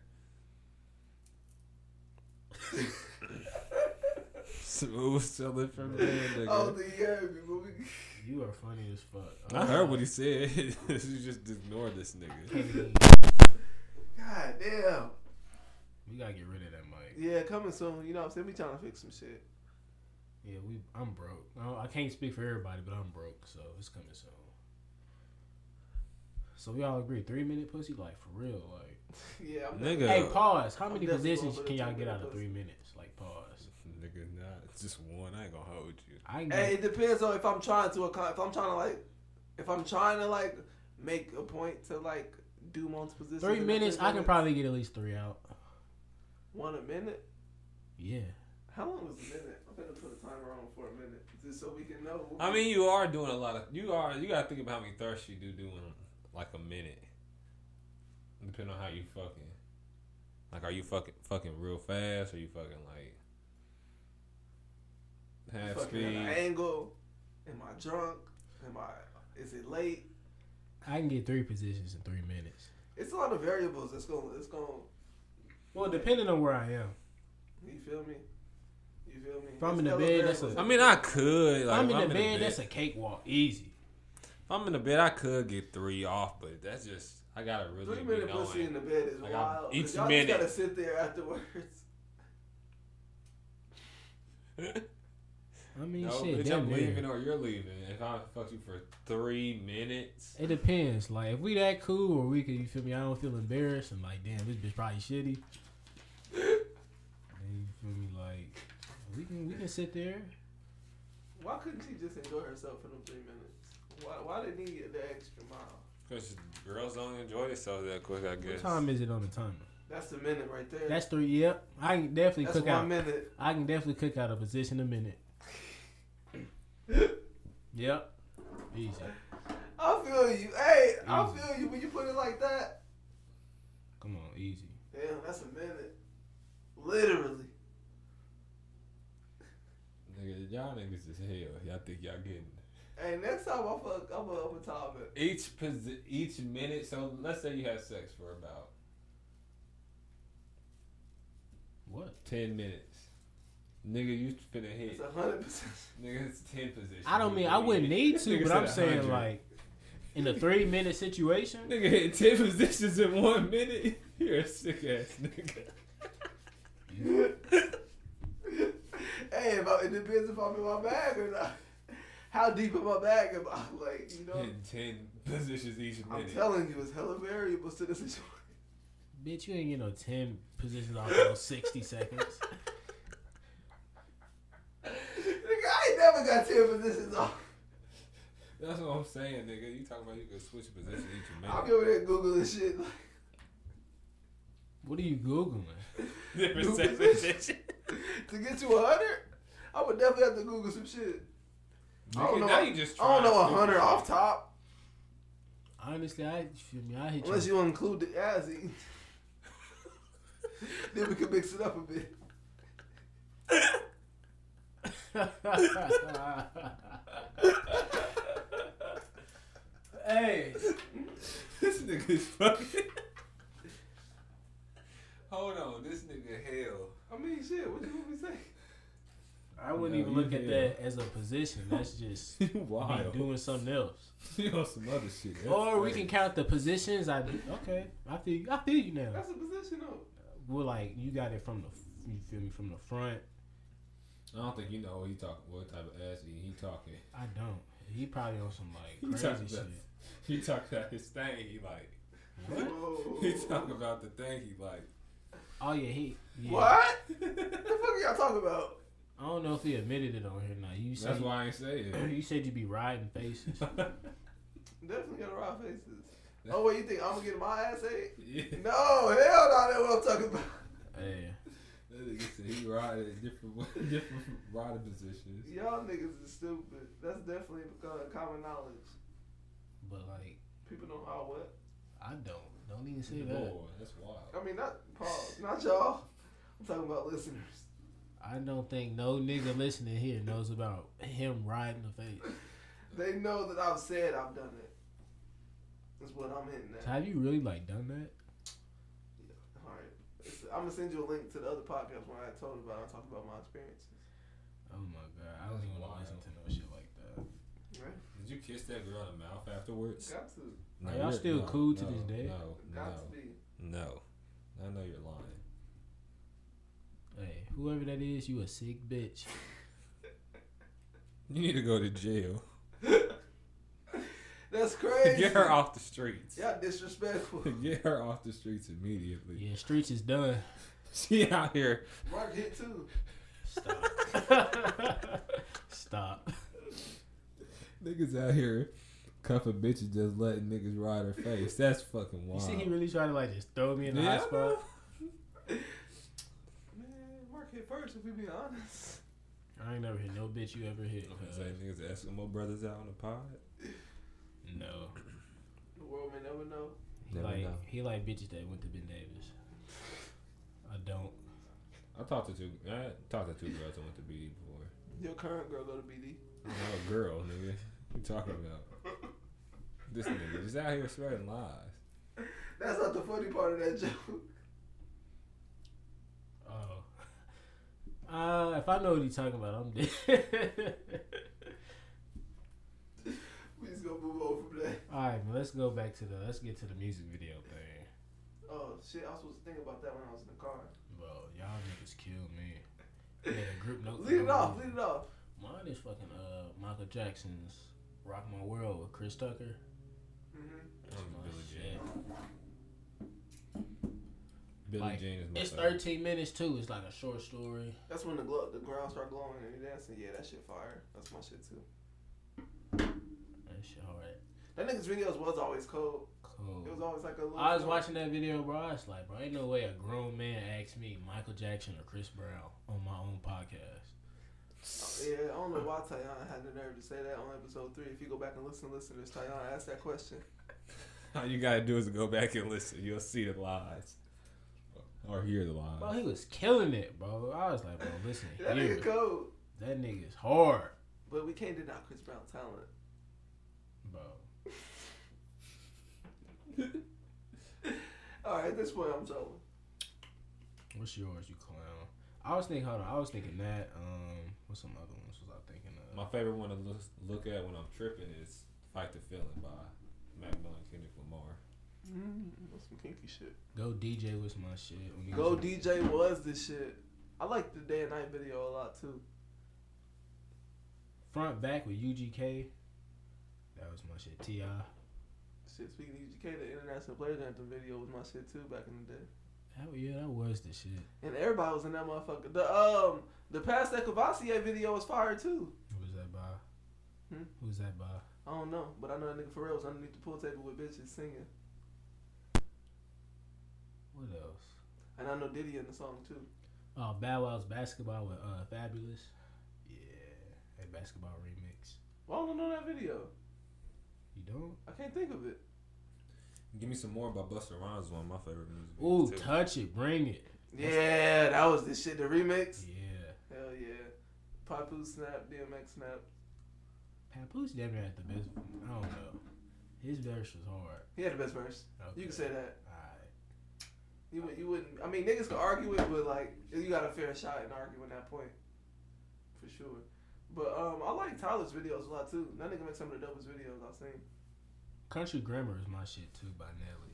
Smooth sailing (laughs) from there, nigga. Oh, the year, but we. (laughs) You are funny as fuck. I heard what he said. (laughs) you just ignored this nigga. (laughs) God damn. We gotta get rid of that mic. Yeah, coming soon. You know what I'm saying? We trying to fix some shit. Yeah, we. I'm broke. No, I can't speak for everybody, but I'm broke, so it's coming soon. So we all agree, three minute pussy, like for real, like. (laughs) Yeah, (laughs) I'm Nigga, Hey, pause. How I'm many definitely positions going for can the y'all two get minute out of pussy. three minutes? Like pause. nigga, not just one. I ain't gonna hold you. I ain't Hey, got it depends on if I'm trying to account, if I'm trying to like, if I'm trying to like make a point to like do multiple positions. three in minutes. I can minutes. probably get at least three out. one a minute. Yeah. How long was a minute? I'm gonna put a timer on for a minute just so we can know. I mean, you are doing a lot of. You are. You gotta think about how many thrusts you do doing like a minute. Depending on how you fucking. Like, are you fucking fucking real fast? Or you fucking like half fucking at an speed? angle. Am I drunk? Am I? Is it late? I can get three positions in three minutes. It's a lot of variables. It's gonna. It's gonna. Well, depending on where I am. You feel me? You feel me? If I'm It's in the hella bed, that's a- variables. I mean, I could. Like, I'm if in the bed. That's a cakewalk. Easy. If I'm in the bed, I could get three off, but that's just. I gotta really Three be minute pussy in knowing. the bed is Like, I'm- wild. 'cause each y'all minute. just gotta sit there afterwards. (laughs) (laughs) I mean, no, shit. bitch, damn I'm near. leaving or you're leaving. If I fuck you for three minutes, It depends. Like if we that cool, or we could. You feel me? I don't feel embarrassed. And like, damn, this bitch probably shitty. (laughs) Then you feel me? Like we can we can sit there. Why couldn't she just enjoy herself for them three minutes? Why, why did he get the extra mile? because girls don't enjoy themselves that quick. I What guess. time is it on the timer? That's a minute right there. That's three. Yep. I can definitely That's cook one out. minute. (laughs) I can definitely cook out a position a minute. yep. Easy. I feel you. Hey, I Easy. feel you when you put it like that. Come on, easy. Damn, that's a minute. Literally. Nigga, y'all niggas is hell. Y'all think y'all getting Hey, next time I fuck, I'm a, I'm a top it. each posi- each minute. So let's say you have sex for about What? ten minutes. Nigga, you finna hit. It's a hundred percent. (laughs) Nigga, it's ten positions. I don't You mean finna I wouldn't hit. need Nigga to, but said I'm saying 100. like in a three minute situation. Nigga hit ten (laughs) positions in one minute. You're a sick ass nigga. it depends if I'm in my bag or not. How deep in my bag am I? Like, you know, in ten positions each I'm minute. telling you, it's hella variable to the situation. (laughs) Bitch, you ain't get no ten positions off those sixty seconds. Nigga, I ain't never got 10 positions off. That's what I'm saying, nigga. You talking about you can switch positions each I'll minute? be over there Googling shit. Like, (laughs) What are you googling? Different New sex position. position. to get to 100, I would definitely have to Google some shit. I Nigga, don't know. now you just I don't know trying 100 stupid off shit. top. Honestly, I feel me. I hit Unless you. you include the ass (laughs) eating. then we can mix it up a (laughs) bit. hey, (laughs) This nigga's fucking. Hold on, this nigga hell. I mean, shit, what you want me to say? (laughs) (laughs) I wouldn't No, even you look at did. that as a position. That's just You me (laughs) doing something else. You on some other shit. That's Or we crazy. can count the positions. I okay. I feel you. I feel you now. That's a position, though. Well, like you got it from the you feel me from the front. I don't think you know what he talking. What type of ass he, he talking? (laughs) I don't. He probably on some like He talking crazy shit. about, he talking about his thing. He like. Whoa. He talking about the thing he like. Oh yeah, he. Yeah. (laughs) What? the fuck are y'all talking about? I don't know if he admitted it on here now. You said That's why I ain't say (clears throat) it. you said you be riding faces. Definitely got raw faces. Oh, wait, you think I'm gonna get my ass ate? (laughs) yeah. No, hell no, that's what I'm talking about. hey, That nigga said he ride at different (laughs) different rider positions. Y'all niggas is stupid. That's definitely become common knowledge. but like People know how what. I don't. Don't even say that. Boy, that's wild. I mean, not pause, not y'all. I'm talking about listeners. I don't think no nigga listening here knows about him riding the face. They know that I've said I've done it. That's what I'm hitting So at. have you really like done that? All right. It's- I'm gonna send you a link to the other podcast where I told about. I talked about my experiences. Oh my god, I don't even want to listen to no shit like that. Right? Did you kiss that girl on the mouth afterwards? Got to, Are y'all still no, cool to no, this day? No, got to no, be. No. I know you're lying. Hey, whoever that is, you a sick bitch. You need to go to jail. (laughs) (laughs) That's crazy. Get her off the streets. Y'all disrespectful. (laughs) Get her off the streets immediately. Yeah, streets is done. She out here. Mark hit too. (laughs) Stop. Stop. Niggas out here cuffing bitches just letting niggas ride her face. That's fucking You wild. see, he really tried to like just throw me in the Yeah, I hot spot. Man, Mark hit first if we be honest. I ain't never hit no bitch you ever hit. I'm cuz. gonna say niggas Eskimo brothers out on the pod. No. The world may never know. He Never like know. he like bitches that went to Ben Davis. I don't. I talked to two. I talked to two girls I went to BD before. Your current girl go to BD. No girl, nigga. You talking about? This nigga just out here spreading lies. That's not the funny part of that joke. (laughs) Oh. Uh, if I know what he's talking about, I'm dead. (laughs) We just gonna move on from that. All right, man, let's go back to the let's get to the music video thing. Oh shit, I was supposed to think about that when I was in the car. Bro, y'all niggas killed me. Yeah, group note. Lead it off, lead it off. Mine is fucking uh Michael Jackson's "Rock My World" with Chris Tucker. Mm-hmm. That's my Billie shit. Billie Like, Jean is my Uh, It's favorite. 13 minutes too. It's like a short story. That's when the glo- the ground start glowing and you're dancing. Yeah, that shit fire. That's my shit too. That shit alright. That nigga's videos was always cold. Cool. It was always like a little. I was film. watching that video, bro. I was like, bro, ain't no way a grown man asked me Michael Jackson or Chris Brown on my own podcast. Yeah, I don't know why Tayon had the nerve to say that on episode three. If you go back and listen, listeners, Tayon asked that question. All you gotta do is go back and listen. You'll see the lies, or hear the lies. Bro, he was killing it, bro. I was like, bro, listen, That here. nigga cold. That nigga's hard, But we can't deny Chris Brown's talent. bro. All right, at this point, I'm trolling. What's yours, you clown? I was thinking, hold on, I was thinking that. Um, what's some other ones was I thinking of? My favorite one to look, look at when I'm tripping is "Fight the Feeling" by Mac Miller and Kendrick Lamar. That's some kinky shit. Go DJ was my Mm-hmm. shit. When he Go was- DJ was the shit. I like the day and night video a lot too. Front back with UGK. That was my shit. Ti. Shit, speaking of UGK, the international players anthem video was my shit too back in the day. Hell yeah, that was the shit. And everybody was in that motherfucker. The um the past that Kavasier video was fire too. Who was that by? Hmm? Who was that by? I don't know, but I know that nigga Pharrell was underneath the pool table with bitches singing. What else? And I know Diddy in the song too. Oh, Bow Wow's basketball with uh, Fabulous. Yeah, that basketball remix. Why don't I know that video? You don't? I can't think of it. Give me some more about Buster Rhymes, one of my favorite music. Ooh, videos, too. touch it, bring it. Yeah, that was the shit, the remix. Yeah, Hell yeah. Papu snap, DMX snap. Papoose damn near had the best. I don't know. His verse was hard. He had the best verse. Okay. You can say that. Alright. You would, you wouldn't. I mean, niggas could argue it, but like you got a fair shot in arguing that point, for sure. But um, I like Tyler's videos a lot too. That nigga makes some of the dopest videos I've seen. Country Grammar is my shit too by Nelly.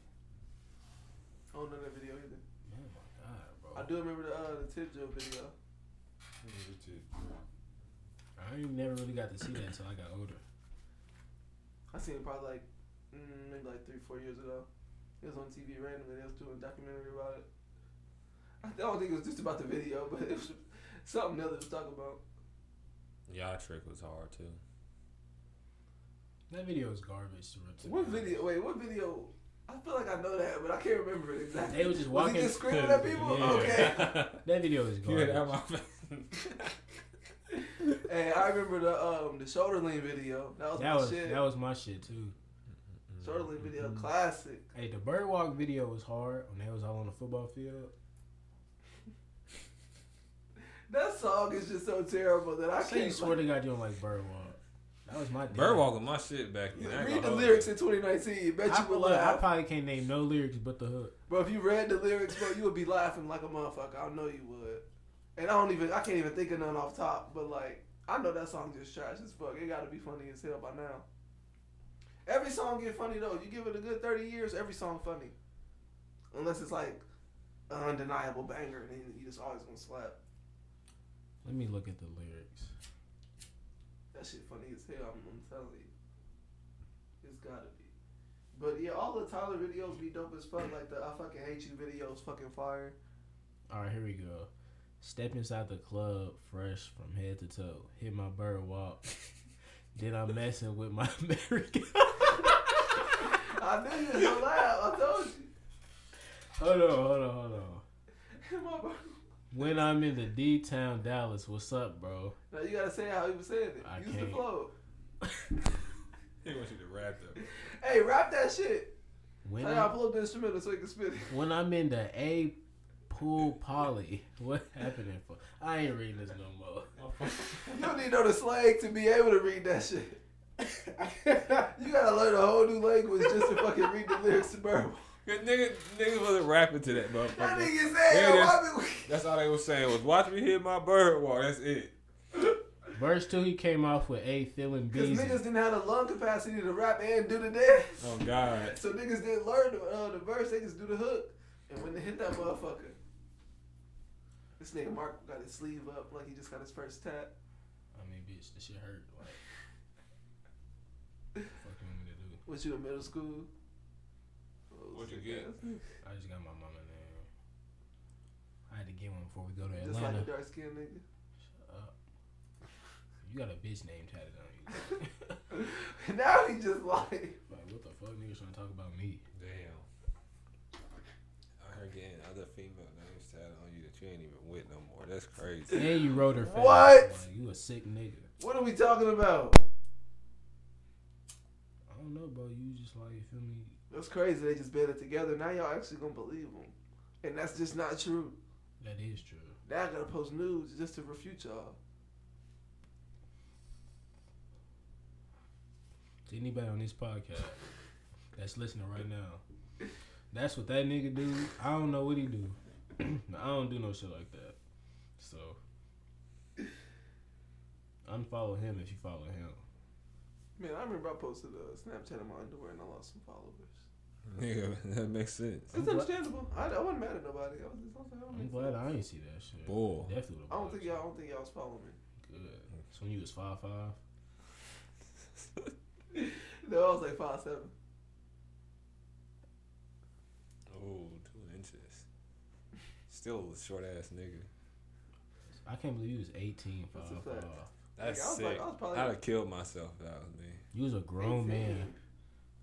I don't know that video either. Oh my god, bro. I do remember the uh, the Tip Drill video. I ain't never really got to see that until I got older. I seen it probably like mm, maybe like three, four years ago. It was on TV randomly. They was doing a documentary about it. I don't think it was just about the video, (laughs) but it was something else to talk about. Y'all trick was hard (laughs) too. That video is garbage to to be What honest. video? Wait, what video? I feel like I know that, but I can't remember it exactly. They was just Was walking. he just screaming at people? Okay. (laughs) That video (laughs) is Get out garbage. (laughs) my face. Hey, I remember the um the shoulder lean video. That was That my was shit. that was my shit too. shoulder lean video, classic. Hey, the bird walk video was hard when they was all on the football field. That song is just so terrible that I I you can't. swear to God you don't like bird walk. That was my Bird walking my shit back then. I ain't Read gonna the hold lyrics you. in 2019. Bet I, you would look, I laugh, probably can't name no lyrics but the hook. bro. If you read the lyrics, bro, you would be laughing like a motherfucker. I know you would. And I don't even. I can't even think of none off top. But like, I know that song just trash as fuck. It got to be funny as hell by now. Every song get funny though. You give it a good 30 years, every song funny. Unless it's like an undeniable banger, then you just always gonna slap. Let me look at the lyrics. That shit funny as hell. I'm, I'm telling you, it's gotta be. But yeah, all the Tyler videos be dope as fuck. Like the "I fucking hate you" videos, fucking fire. (laughs) All right, here we go. Step inside the club, fresh from head to toe. Hit my bird (laughs) walk. then I'm messing with my (laughs) American. I knew you was gonna laugh. I told you. hold on, hold on, hold on. My bro- When I'm in the D town, Dallas, what's up, bro? now you gotta say it how he was saying it. I Use the can't. flow. He wants you to rap though. Hey, rap that shit. When Tell y'all I'm, pull up the instrumental so you can spit it. (laughs) when I'm in the A pool poly, (laughs) what happening for? I ain't reading this no more. You don't need to know the slang to be able to read that shit. you gotta learn a whole new language just to fucking read the lyrics to Burble. Good nigga, nigga wasn't rapping to that That motherfucker. nigga said, Yeah, why be (laughs) That's all they was saying was watch me hit my bird walk. That's it. Verse two, he came off with A feeling Because busy. niggas didn't have the lung capacity to rap and do the dance. Oh God. So niggas didn't learn the, uh, the verse, they just do the hook. And when they hit that motherfucker, this nigga Mark got his sleeve up like he just got his first tap. I mean, bitch, this shit hurt. Like, what the fuck you want me to do? Was you in middle school? Oh, What'd you get? I just got my mama name. I had to get one before we go to Just Atlanta. like a dark skinned nigga. Shut up. You got a bitch name tatted on you. (laughs) now he just like, Like, what the fuck, niggas trying to talk about me? Damn. I heard getting other female names tatted on you that you ain't even with no more. That's crazy. And you wrote her fast. What? Like, you a sick nigga. what are we talking about? I don't know, bro. You just like, you feel me? That's crazy. They just better together. Now y'all actually gonna believe him. And that's just not true. That is true. Now I gotta post news just to refute y'all. To anybody on this podcast that's listening right now, that's what that nigga do. I don't know what he do. (clears throat) I don't do no shit like that. So, unfollow him if you follow him. Man, I remember I posted a Snapchat of my underwear and I lost some followers. (laughs) Nigga, that makes sense. It's I'm glad- understandable. I, I wasn't mad at nobody. I was just, I was like, I don't I'm make glad sense. I ain't see that shit. Bull. Definitely. would've I don't think blocked y'all. I you. don't think y'all was following me. Good. So when you was five five. (laughs) No, I was like five seven. Oh, two inches. Still a short ass nigga. I can't believe you was 18. That's five, a fact. five. That's Nigga, I was sick. like- I was probably- I'd have killed myself if that was me. You was a grown 18. man.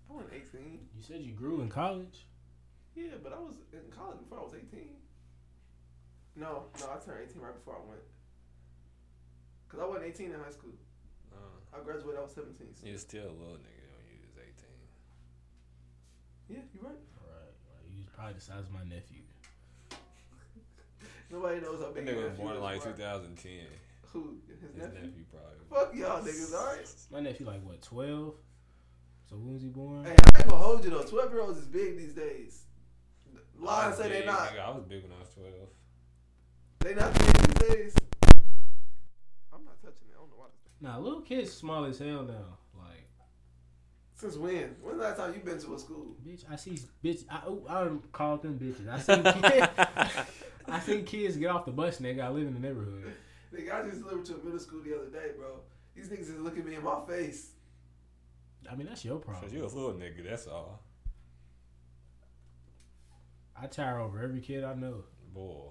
I was eighteen. You said you grew in college. Yeah, but I was in college before I was 18. No, no, I turned 18 right before I went. Cause I wasn't 18 in high school. Uh, I graduated. I was 17. So. you're still a little nigga when you was 18. Yeah, you Right. right. right. You was probably the size of my nephew. Nobody knows how That big. nigga your was nephew born in like is, bro. 2010. His Who? His nephew. nephew probably. Fuck y'all niggas. All right. My nephew like what 12. So when was he born? Hey, I ain't gonna hold you though. 12 year olds is big these days. I Lies was say they big, not. Nigga, I was big when I was 12. They not big these days. I'm not touching it. I don't know why. Nah, little kids small as hell now. Like Since when? When's the last time you been to a school? bitch, I see bitch. I ooh, I done called them bitches. I (laughs) seen kids. I seen kids get off the bus, nigga. I live in the neighborhood. Nigga, I just delivered to a middle school the other day, bro. These niggas is looking me in my face. I mean, that's your problem. (laughs) Cause you a little nigga, that's all. I tower over every kid I know. Boy.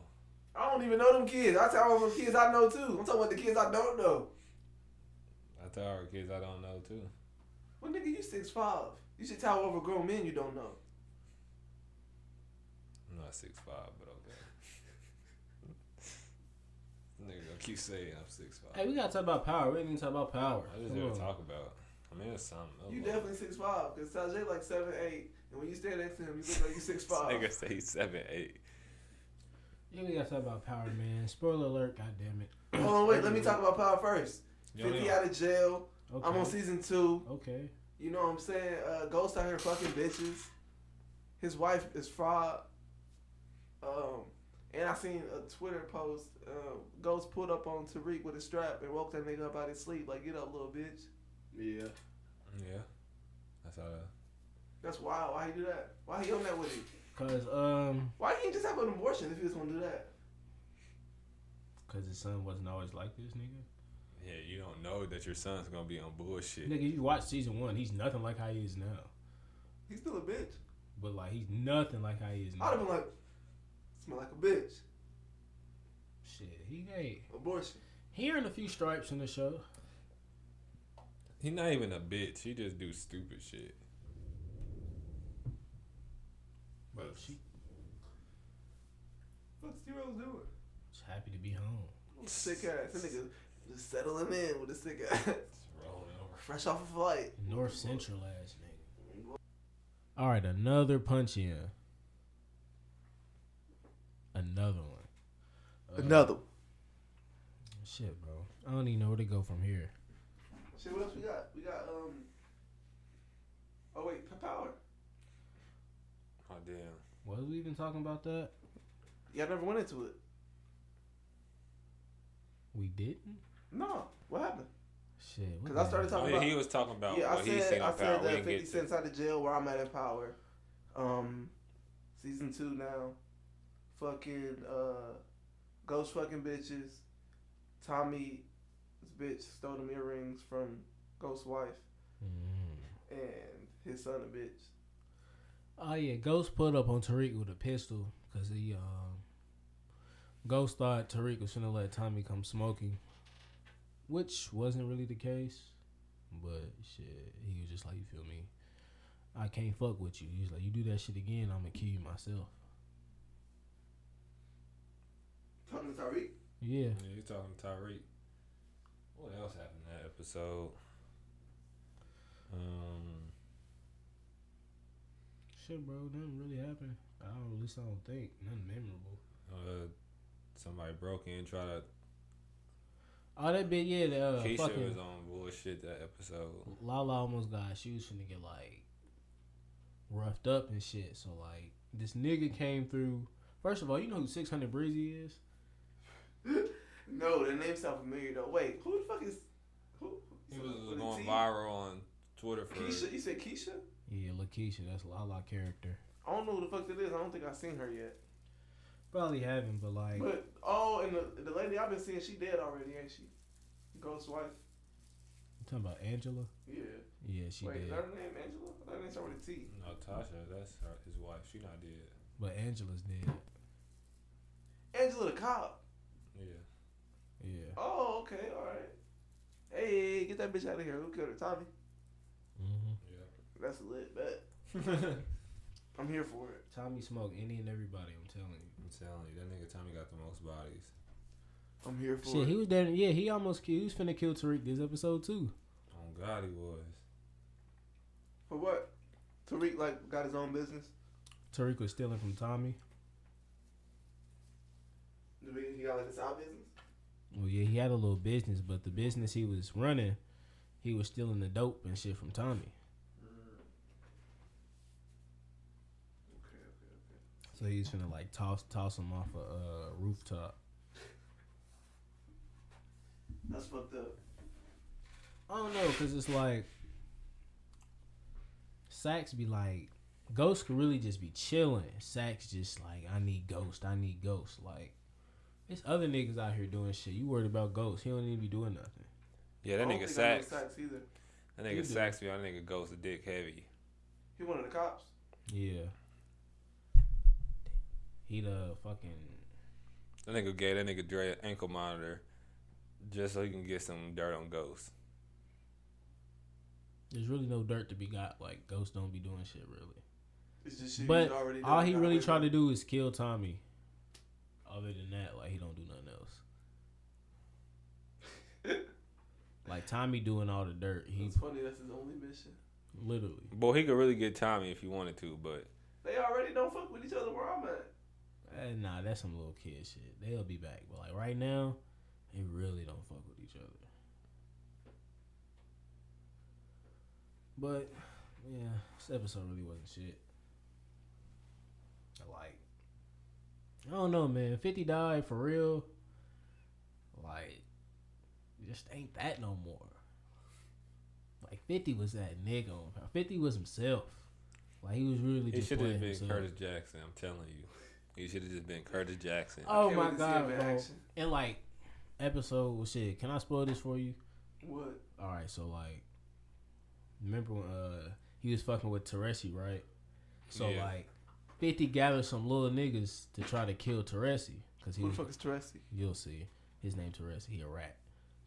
I don't even know them kids. I tell them kids I know too. I'm talking about the kids I don't know. I tell our kids I don't know too. Well, nigga, you six five. You should tell over grown men you don't know. I'm not 6'5, but okay. (laughs) nigga, gonna keep saying I'm 6'5. Hey, we gotta talk about power. We didn't talk about power. What is Come there to on. talk about? I mean, it's something. else. You definitely six five because Tajay like seven eight, and when you stand next to him, you look like (laughs) you This six five. Nigga say he's seven eight. Yeah, we gotta talk about power, man. Spoiler alert. God damn it. Hold on, wait. Let me talk about Power first. You don't Fifty even- out of jail. Okay. I'm on season two. okay. You know what I'm saying? Uh, Ghost out here fucking bitches. His wife is fraud. Um, and I seen a Twitter post. Uh, Ghost pulled up on Tariq with a strap and woke that nigga up out of his sleep. Like, get up, little bitch. Yeah. Yeah, that's how. that- That's wild. Why he do that? Why he on that with it? Cause um, Why he just have an abortion if he was gonna do that? cause his son wasn't always like this, nigga. Yeah, you don't know that your son's gonna be on bullshit. Nigga, you watch season one. He's nothing like how he is now. He's still a bitch. But like, he's nothing like how he is I'd have now. been like, smell like a bitch. Shit, he ain't. Abortion. He earned a few stripes in the show. He not even a bitch. He just do stupid shit. But she, What's T Rose doing? she's happy to be home. Sick ass. That nigga just settling in with a sick ass. Just rolling over. Fresh off a flight. North Central ass nigga. All right, another punch in. Another one. Uh, one. Shit, bro. I don't even know where to go from here. Shit, what else we got? We got, um. Oh, wait, P- Power. Oh damn. Was we even talking about that? Y'all never went into it. We didn't. No. What happened? Shit. what 'Cause I the started hell? Oh, Talking yeah, about- he was talking about yeah, I what he said, seen I on power. said We that didn't 50 get Cent's to. out of jail where I'm at in Power. Um, season two now. Fucking, uh, Ghost fucking bitches. Tommy, this bitch, stole them earrings from Ghost's wife Mm. and his son, a bitch. Oh yeah, Ghost put up on Tariq with a pistol because he um Ghost thought Tariq was gonna let Tommy come smoking, which wasn't really the case. But shit, he was just like, you feel me? I can't fuck with you. He was like, you do that shit again, I'm gonna kill you myself. Talking to Tariq. Yeah, Yeah, you talking to Tyreek. What else happened in that episode? Um, shit, bro, nothing really happened. I don't, at least I don't think nothing memorable. uh, somebody broke in, tried to. Oh, that bit, yeah, the uh, Keisha fucking was on bullshit that episode. Lala almost got she was finna get like roughed up and shit. So like this nigga came through. First of all, you know who six hundred breezy is? (laughs) No, the name sound familiar though. Wait, who the fuck is who? He was With a going T? viral on Twitter for. Keisha, you said Keisha? Yeah, Lakeisha, that's Lala character. I don't know who the fuck that is. I don't think I've seen her yet. Probably haven't, but like But oh, and the, the lady I've been seeing, she dead already, ain't she? Ghost wife. Talking about Angela. Yeah. Yeah, she Wait, did. is that her name, Angela? I thought her name started with a T. No, Tasha, that's her, his wife. She not dead. But Angela's did. Angela the cop. Yeah. Yeah. Oh, okay, all right. Hey, get that bitch out of here. Who killed her? Tommy. hmm (laughs) That's a lit bet. Yeah. I'm here for it. Tommy smoked any and everybody. I'm telling you. I'm telling you, that nigga Tommy got the most bodies. I'm here for Shit, it. he was there. Yeah, he almost killed. He was finna kill Tariq this episode too. Oh God, he was. For what? Tariq like got his own business. Tariq was stealing from Tommy. Do we- He got like his own business. Well, yeah, he had a little business, but the business he was running, he was stealing the dope and shit from Tommy. Mm. Okay, okay, okay. So he was finna like toss toss him off a uh, rooftop. That's fucked up. I don't know, cause it's like Sax be like, Ghost could really just be chilling. Sax just like, I need Ghost, I need Ghost. Like, there's other niggas out here doing shit. You worried about Ghost? He don't need to be doing nothing. Yeah, that I don't nigga think I know sacks. Sacks either. That You nigga do. sacks me. That nigga goes to dick heavy. He one of the cops. Yeah. He the fucking That nigga gave that nigga Dre an ankle monitor just so he can get some dirt on Ghost. there's really no dirt to be got. Like Ghost don't be doing shit really. It's just shit. But he already All done. he Got really away tried to with do is kill Tommy. Other than that, like he don't do nothing else. it. Like Tommy doing all the dirt. He It's funny. That's his only mission. literally. Boy, he could really get Tommy if he wanted to, but They already don't fuck with each other where I'm at. Eh, nah, that's some little kid shit. They'll be back, but like right now, they really don't fuck with each other. But yeah, this episode really wasn't shit. I Like, I don't know, man. Fifty died for real. Like, just ain't that no more. Like Fifty was that nigga. on power. Fifty was himself. Like he was really he just should playing have been himself. Curtis Jackson. I'm telling you, he should have just been Curtis Jackson. Oh Can't my wait to see God, him in bro. action. and like episode well, shit. Can I spoil this for you? What? All right, so like, remember when uh he was fucking with Teresi, right? So Yeah. like, Fifty gathered some little niggas to try to kill Teresi because he Who the was, fuck is Teresi? you'll see his name Teresi. He a rat.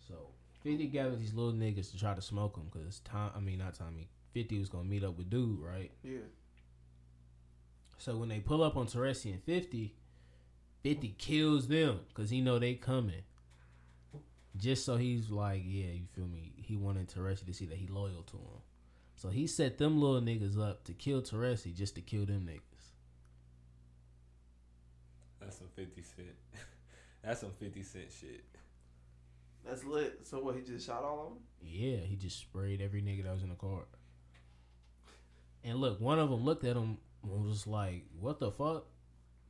So Fifty gathered these little niggas to try to smoke him because Tom. I mean not Tommy. Fifty was gonna meet up with dude, right? Yeah. So when they pull up on Teresi and 50, 50 kills them because he know they coming. Just so he's like, yeah, you feel me? He wanted Teresi to see that he loyal to him. So he set them little niggas up to kill Teresi just to kill them niggas. That's some fifty cent. (laughs) That's some fifty cent shit. That's lit. So what? He just shot all of them. Yeah, he just sprayed every nigga that was in the car. And look, one of them looked at him and was like, "What the fuck?"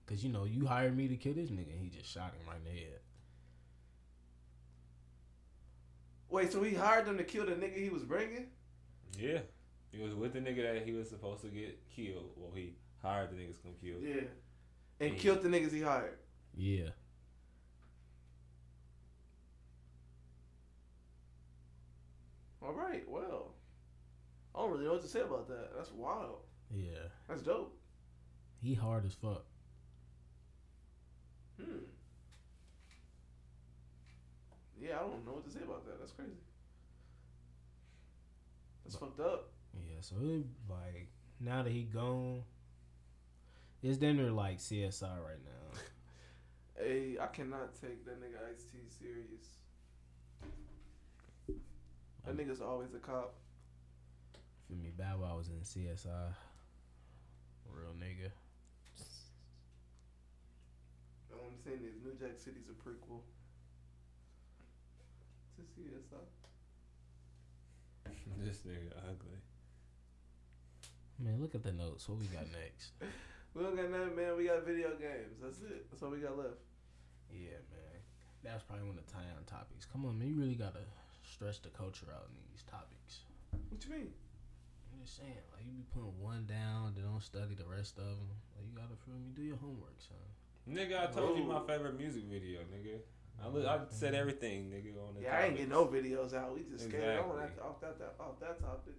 Because you know you hired me to kill this nigga, and he just shot him right in the head. Wait. So he hired them to kill the nigga he was bringing. Yeah, he was with the nigga that he was supposed to get killed. Well, he hired the niggas come kill. (laughs) Yeah. And Yeah. killed the niggas he hired. Yeah. All right. Well, I don't really know what to say about that. That's wild. Yeah. That's dope. He hard as fuck. Hmm. Yeah, I don't know what to say about that. That's crazy. That's fucked up. Yeah, so it, like now that he gone, it's damn near like CSI right now. Hey, I cannot take that nigga Ice T serious. That nigga's always a cop. Feel me? Bow Wow was in CSI. Real nigga. All I'm saying is New Jack City's a prequel to CSI. this nigga ugly. Man, look at the notes. What we got next? We don't got nothing, man. We got video games. That's it. That's all we got left. yeah, man. That was probably one of the tie-on topics. Come on, man. You really gotta stretch the culture out in these topics. What you mean? I'm just saying, like you be putting one down, then don't study the rest of them. Like you gotta feel me. Do your homework, son. Nigga, I told you my Oh. favorite music video, nigga. I, li- I said everything, nigga. On the Yeah, I ain't getting no topics. videos out. We just scared on that Exactly. off that, that off that topic.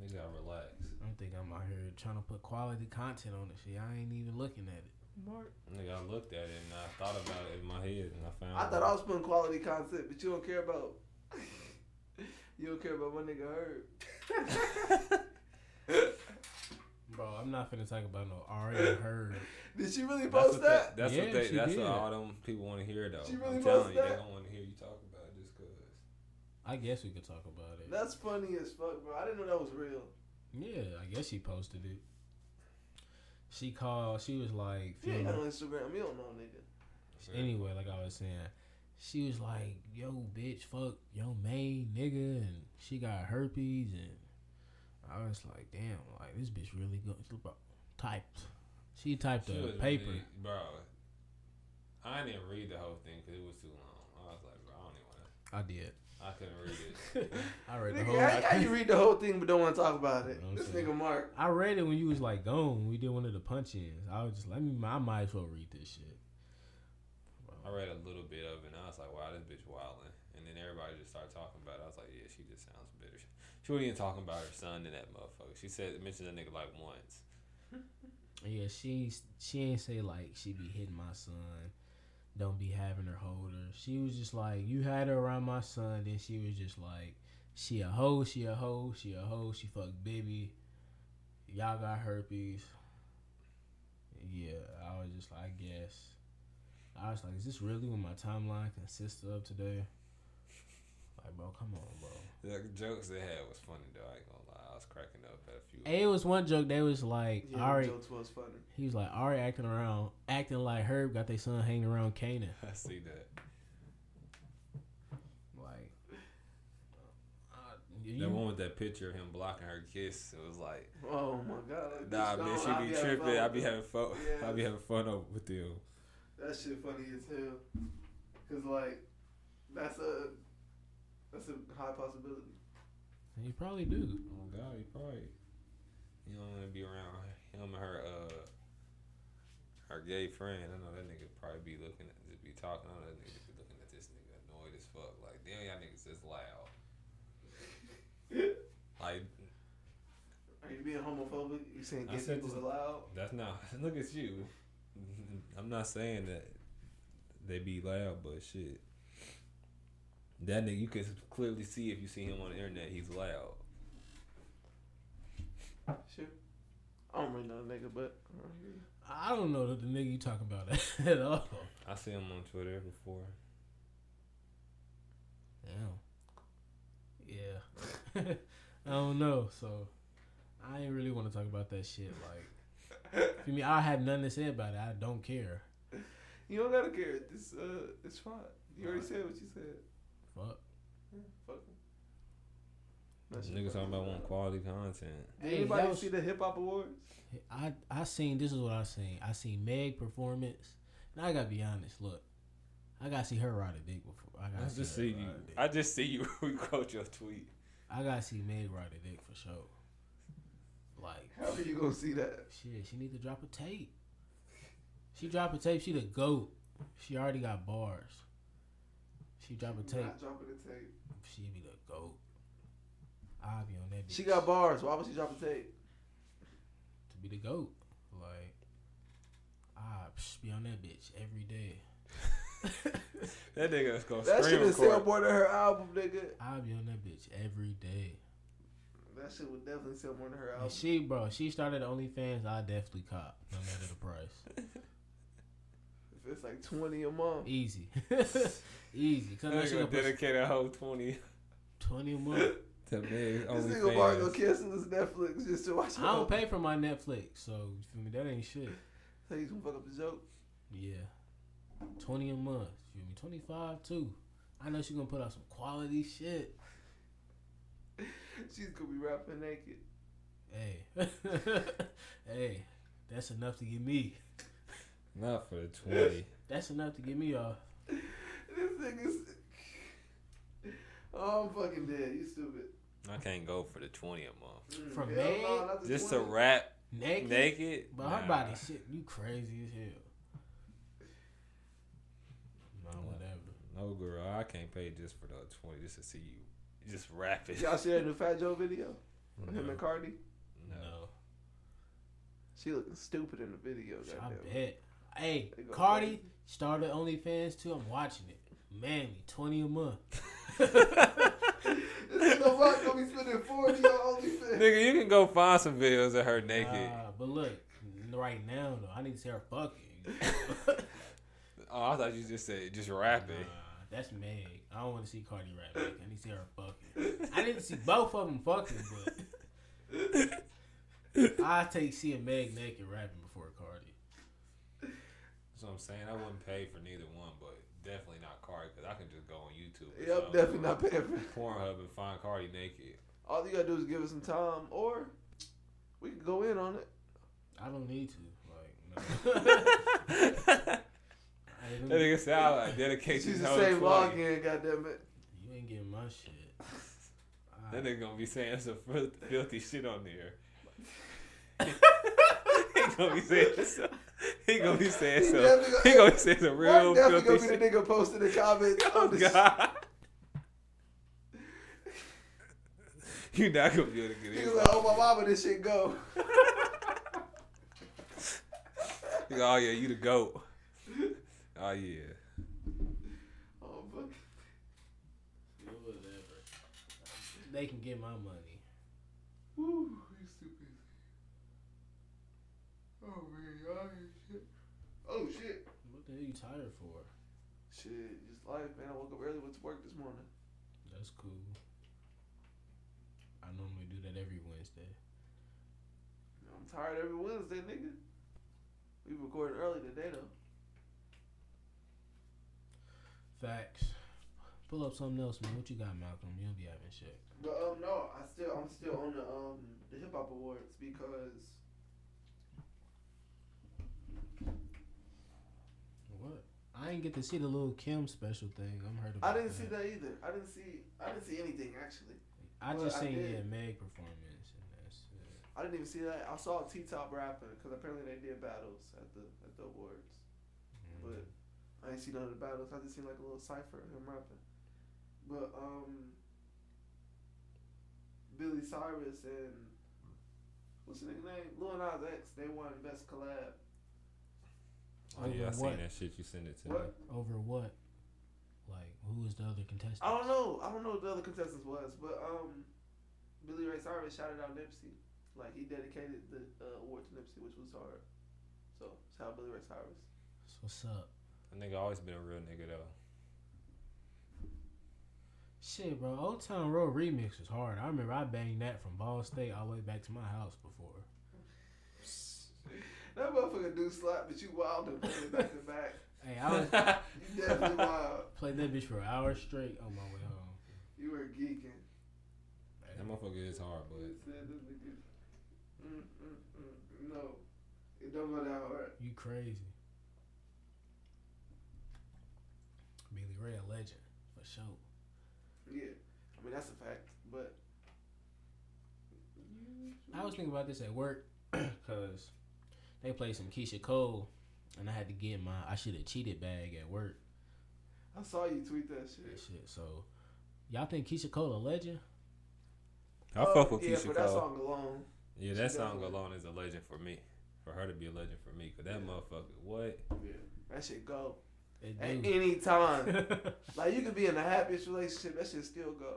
Nigga, gotta relax. I'm thinking I'm out here trying to put quality content on this shit. I ain't even looking at it. Nigga, I looked at it and I thought about it in my head and I found. I thought I was putting quality content, but you don't care about. (laughs) you don't care about my nigga Herb. (laughs) Bro, I'm not finna talk about no Ari Heard. Did she really That's post what that? They, that's Yeah, what they. she That's did. what all them people want to hear though. She really I'm telling posted you, that? they don't want to hear you talk about it just cause. I guess we could talk about it. That's funny as fuck, bro. I didn't know that was real. Yeah, I guess she posted it. She called. She was like, You ain't feel- got no Instagram. You don't know, nigga. anyway, like I was saying, she was like, "Yo, bitch, fuck yo main nigga," and she got herpes, and I was like, "Damn, like this bitch really go typed." She typed She a was paper. really- bro. I didn't read the whole thing because it was too long. I was like, bro, I don't even want to. I (laughs) did. I couldn't read (laughs) it. I read the Nigga, whole. how, how I, you read the whole thing but don't want to talk about it? You know what I'm This saying? nigga Mark. I read it when you was like gone. We did one of the punch-ins. I was just let me. I might as well read this shit. I read a little bit of it and I was like, wow, this bitch wildin'. And then everybody just started talking about it. I was like, yeah, she just sounds bitter. She, she wasn't even talking about her son and that motherfucker. She said mentioned that nigga like once. Yeah, she she ain't say like she be hitting my son. Don't be having her hold her. She was just like you had her around my son. Then she was just like she a hoe, she a hoe, she a hoe. She fuck baby. Y'all got herpes. Yeah, I was just like I guess. I was like, is this really what my timeline consists of today? Like, bro, come on, bro. The jokes they had was funny though. I ain't gonna lie, I was cracking up at a few. Hey, it was one joke. They was like, Yeah, Ari, jokes was funny. he was like, Ari acting around, acting like Herb got their son hanging around Canaan. (laughs) I see that. Like, uh, That you, one with that picture of him blocking her kiss, it was like, Oh my god. nah, man, Bitch, don't. I she be having tripping. fun I with be that. having fun. I be Yeah. having fun over with you. That shit funny as hell. Cause like, that's a that's a high possibility. (laughs) you probably do. Oh God, you probably you don't want to be around him and her uh her gay friend. I know that nigga probably be looking at just be talking. I know that nigga be looking at this nigga annoyed as fuck. Like damn, y'all niggas is loud. Like Are you being homophobic? You saying I gay said people just- allowed? that's not. (laughs) Look at you. I'm not saying that they be loud, but shit. That nigga, you can clearly see if you see him on the internet, he's loud. Sure. I don't really know the nigga, but I don't Mm-hmm. hear you. I don't know that the nigga you talking about (laughs) at all. I see him on Twitter before. Damn. Yeah. (laughs) I don't know. So, I ain't really want to talk about that shit. Like, I mean, I have nothing to say about it. I don't care. You don't gotta care. This uh, it's fine. You already said what you said. Fuck. Yeah, fuck him. That shit Niggas funny talking about as wanting hell. quality content. Did Hey, anybody that was- see the hip hop awards? I I seen this is what I seen. I seen Meg performance, and I gotta be honest. Look, I gotta see her ride a dick before. I gotta I just her see ride you. a dick. I just see you (laughs) quote your (laughs) tweet. I gotta see Meg ride a dick for sure. Like How are you gonna see that? shit, she need to drop a tape. She drop a tape. She the goat. She already got bars. She drop a tape. Not dropping the tape. She be the goat. I'll be on that. Bitch She got bars. Why would she drop a tape? to be the goat. Like I be on that bitch every day. That nigga is gonna That shit scream is sell record. more than her album, nigga. I'll be on that bitch every day. That shit would definitely sell more than her album. And she, bro, she started OnlyFans. I definitely cop, no matter the price. If it's like twenty a month. Easy, (laughs) easy. Cause that she That nigga gonna gonna put dedicate a whole twenty twenty a month. (laughs) to Meg (laughs) This nigga Mark gonna OnlyFans. cancel his Netflix just to watch. I don't pay for my Netflix, so you feel me? That ain't shit. So he's gonna fuck up the joke. Yeah, twenty a month. You feel me? Twenty five too. I know she gonna put out some quality shit. She's gonna be rapping naked. Hey, (laughs) hey, that's enough to get me. Not for the twenty. That's enough to get me off. This nigga's. Oh, I'm fucking dead. You stupid. (laughs) I can't go for the twenty a month. Mm, From hell Meg? no, not the Just to 20. rap Naked, naked. but Nah. her body shit. You crazy as hell. Nah, whatever. I no, girl, I can't pay just for the twenty just to see you just rap it. Y'all see that new Fat Joe video? With him No. and Cardi? No. She looking stupid in the video. I Goddamn. bet. Hey, They go Cardi crazy. started OnlyFans too. I'm watching it. Manly, twenty a month. this nigga Rock gonna be spending 40 on OnlyFans. Nigga, you can go find some videos of her naked. Nah, but look, right now though, I need to see her (laughs) fucking. oh, I thought you just said just rapping. (laughs) Nah, that's Meg. I don't want to see Cardi rap. Meg. I need to see her fucking. I didn't see both of them fucking, but I take seeing Meg naked rapping before Cardi. That's what I'm saying. I wouldn't pay for neither one, but definitely not Cardi because I can just go on YouTube. Yeah, I'm definitely not paying for Pornhub and find Cardi (laughs) naked. (laughs) All you gotta do is give us some time, or we can go in on it. I don't need to. Like, no. (laughs) I That don't- nigga sound like dedication. She's the total same 20. login, goddamn it. you ain't getting my shit. Ah, I- That nigga gonna be saying some fil- filthy shit on (laughs) there. he gonna be saying some. He gonna be saying He some. definitely He gonna be saying some real Mark definitely filthy gonna be shit. the nigga posting the comments. (laughs) Oh on this God. You're not gonna be able to get He's in. like, oh my mama, this shit (laughs) go. (laughs) He go, oh yeah, you the goat. Oh yeah. Oh, fuck. Whatever. They can get my money. Woo, he's too busy. Oh man, y'all ain't shit. Oh shit. What the hell you tired for? Shit, just life, man. I woke up early, went to work this morning. That's cool. I normally do that every Wednesday. I'm tired every Wednesday, nigga. We recorded early today though. Facts. Pull up something else, man. What you got, Malcolm? You don't be having shit. But um, no, I still I'm still on the um the hip hop awards because What? I didn't get to see the little Kim special thing. I'm hurt about I didn't see that either. I didn't see I didn't see anything actually. I Well, just I seen did. yeah Meg performance and that's it. I didn't even see that. I saw T Top rapping because apparently they did battles at the at the awards, Mm. but I didn't see none of the battles. I just seen like a little cipher of him rapping. But um, Billy Cyrus and what's the nigga name? Lil Nas X. They won best collab. Oh yeah, I Over seen what? that shit you sent it to me. What? Over what? Like who was the other contestant? I don't know. I don't know what the other contestants was, but um, Billy Ray Cyrus shouted out Nipsey. Like he dedicated the uh, award to Nipsey, which was hard. So shout out Billy Ray Cyrus. So what's up? That nigga always been a real nigga though. Shit, bro. Old Town Road remix was hard. I remember I banged that from Ball State all the way back to my house before. That motherfucker do slap, but you wild and playing back to back. Hey, I was You definitely wild. played that bitch for an hour straight on my way home. You were geeking. That motherfucker is hard, You but said this nigga. Mm, mm, mm. No, it don't go that hard. You crazy. Billy Ray a legend for sure. Yeah, I mean that's a fact, but. I was thinking about this at work (clears throat) because they played some Keisha Cole, and I had to get my I should have cheated bag at work. I saw you tweet that and shit. Shit. So, y'all think Keisha Cole a legend? I fuck with Oh, yeah, Keisha but that Cole. song alone. Yeah, she that song definitely- alone is a legend for me. For her to be a legend for me, cause that Yeah. motherfucker, what? Yeah, that shit go It (laughs) at do. any time. (laughs) like you could be in the happiest relationship, that shit still go.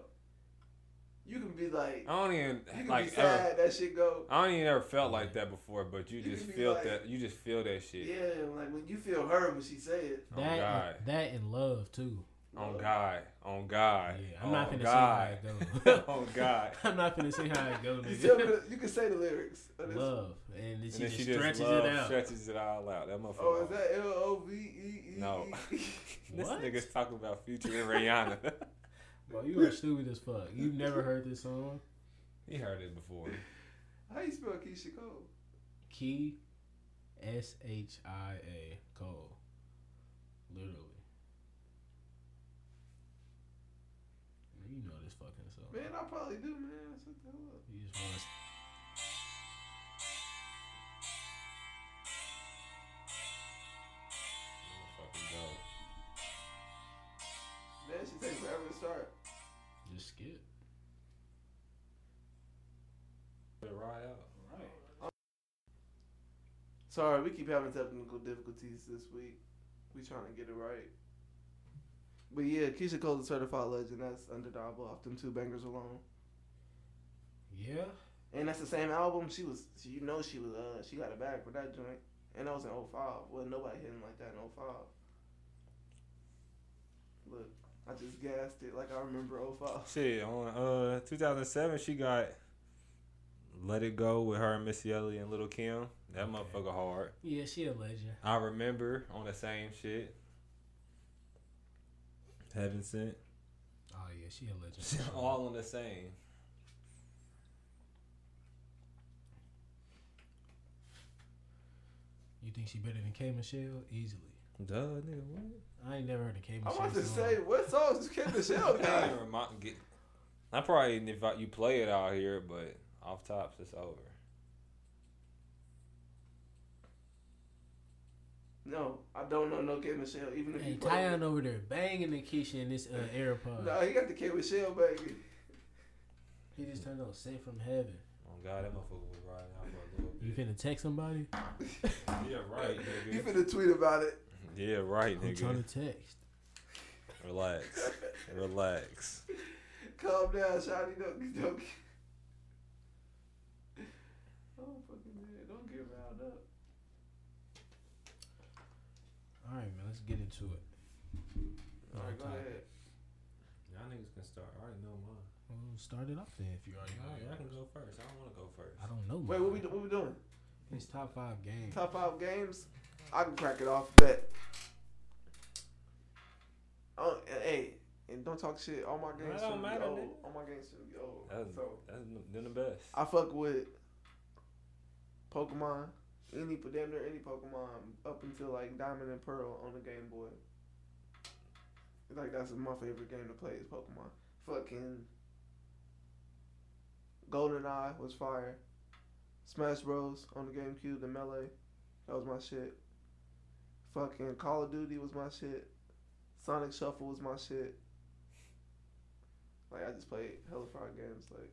You can be like, I don't even you can be like ever. sad, that shit go. I don't even ever felt like that before, but you You just can be feel like- that. You just feel that shit. Yeah, like when you feel her when she say it. Oh, that God. that and love too. On Oh, God, on God, Yeah, I'm on not finna God, see how it go. (laughs) on God. I'm not finna see how it go, You still nigga. could, you can say the lyrics. of this. Love, and And then (laughs) she then just she stretches just love, it out. stretches it all out. That motherfucker. Oh, is that L O V E E? No. (laughs) this What? nigga's talking about Future and Rihanna. (laughs) Bro, you are stupid as fuck. You've never heard this song? he heard it before. (laughs) How you spell Keisha Cole? Key S H I A Cole. Literally. You know this fucking song. Man, I probably do, man. Shut the hell up. You just want Motherfucking dope. just skip. Let it ride out. Right. Sorry, we keep having technical difficulties this week. We trying to get it right. But yeah, Keisha Cole is certified legend. That's undeniable off them two bangers alone. Yeah. And that's the same album. She was, she- you know, she was, uh, she got it back with that joint. And that was in 05. Well, nobody hit him like that in 05. Look, I just gassed it like I remember 05. Shit, on uh 2007, she got "Let It Go" with her and Missy Elliott and Little Kim. That Okay. motherfucker hard. Yeah, she a legend. I remember on the same shit. Heaven sent. (laughs) Oh yeah, she a legend. All on the same. You think she better than K Michelle? Easily. Duh, nigga. What? I ain't never heard of K I Michelle. want to song. say, what songs Kim Michelle I, got? ain't remi- get- I probably didn't invite you play it out here, but off tops it's over. (laughs) No, I don't know no Kim Michelle. Even if Hey, you play it. Tyon over there banging the Keisha in this uh, AirPod. No, he got the Kim Michelle baby. He just turned on "Sent from Heaven." Oh God, that motherfucker was riding out for a little You bit. finna text somebody? Yeah, right, You nigga. finna tweet about it. Yeah, right, I'm trying nigga. to text. Relax, relax. (laughs) Calm down, Shawty. Don't don't. get- Oh fucking man! Don't get riled up. All right, man. Let's get into it. All right, go ahead. Y'all niggas can start. I already know mine. We'll start it off then if you already know. yours. Y'all can go first. I don't want to go first. I don't know. Wait, man. what we do- what we doing? His top five games. Top five games. I can crack it off. Bet. Oh, and- hey, and don't talk shit. All my games don't should be matter, old. nigga. All my games should be old. That's, So that's been the best. I fuck with Pokemon. Any damn near any Pokemon up until like Diamond and Pearl on the Game Boy. Like that's my favorite game to play is Pokemon. Fucking GoldenEye was fire. Smash Bros on the GameCube, the Melee, that was my shit. Fucking Call of Duty was my shit. Sonic Shuffle was my shit. Like I just played hella fried games. Like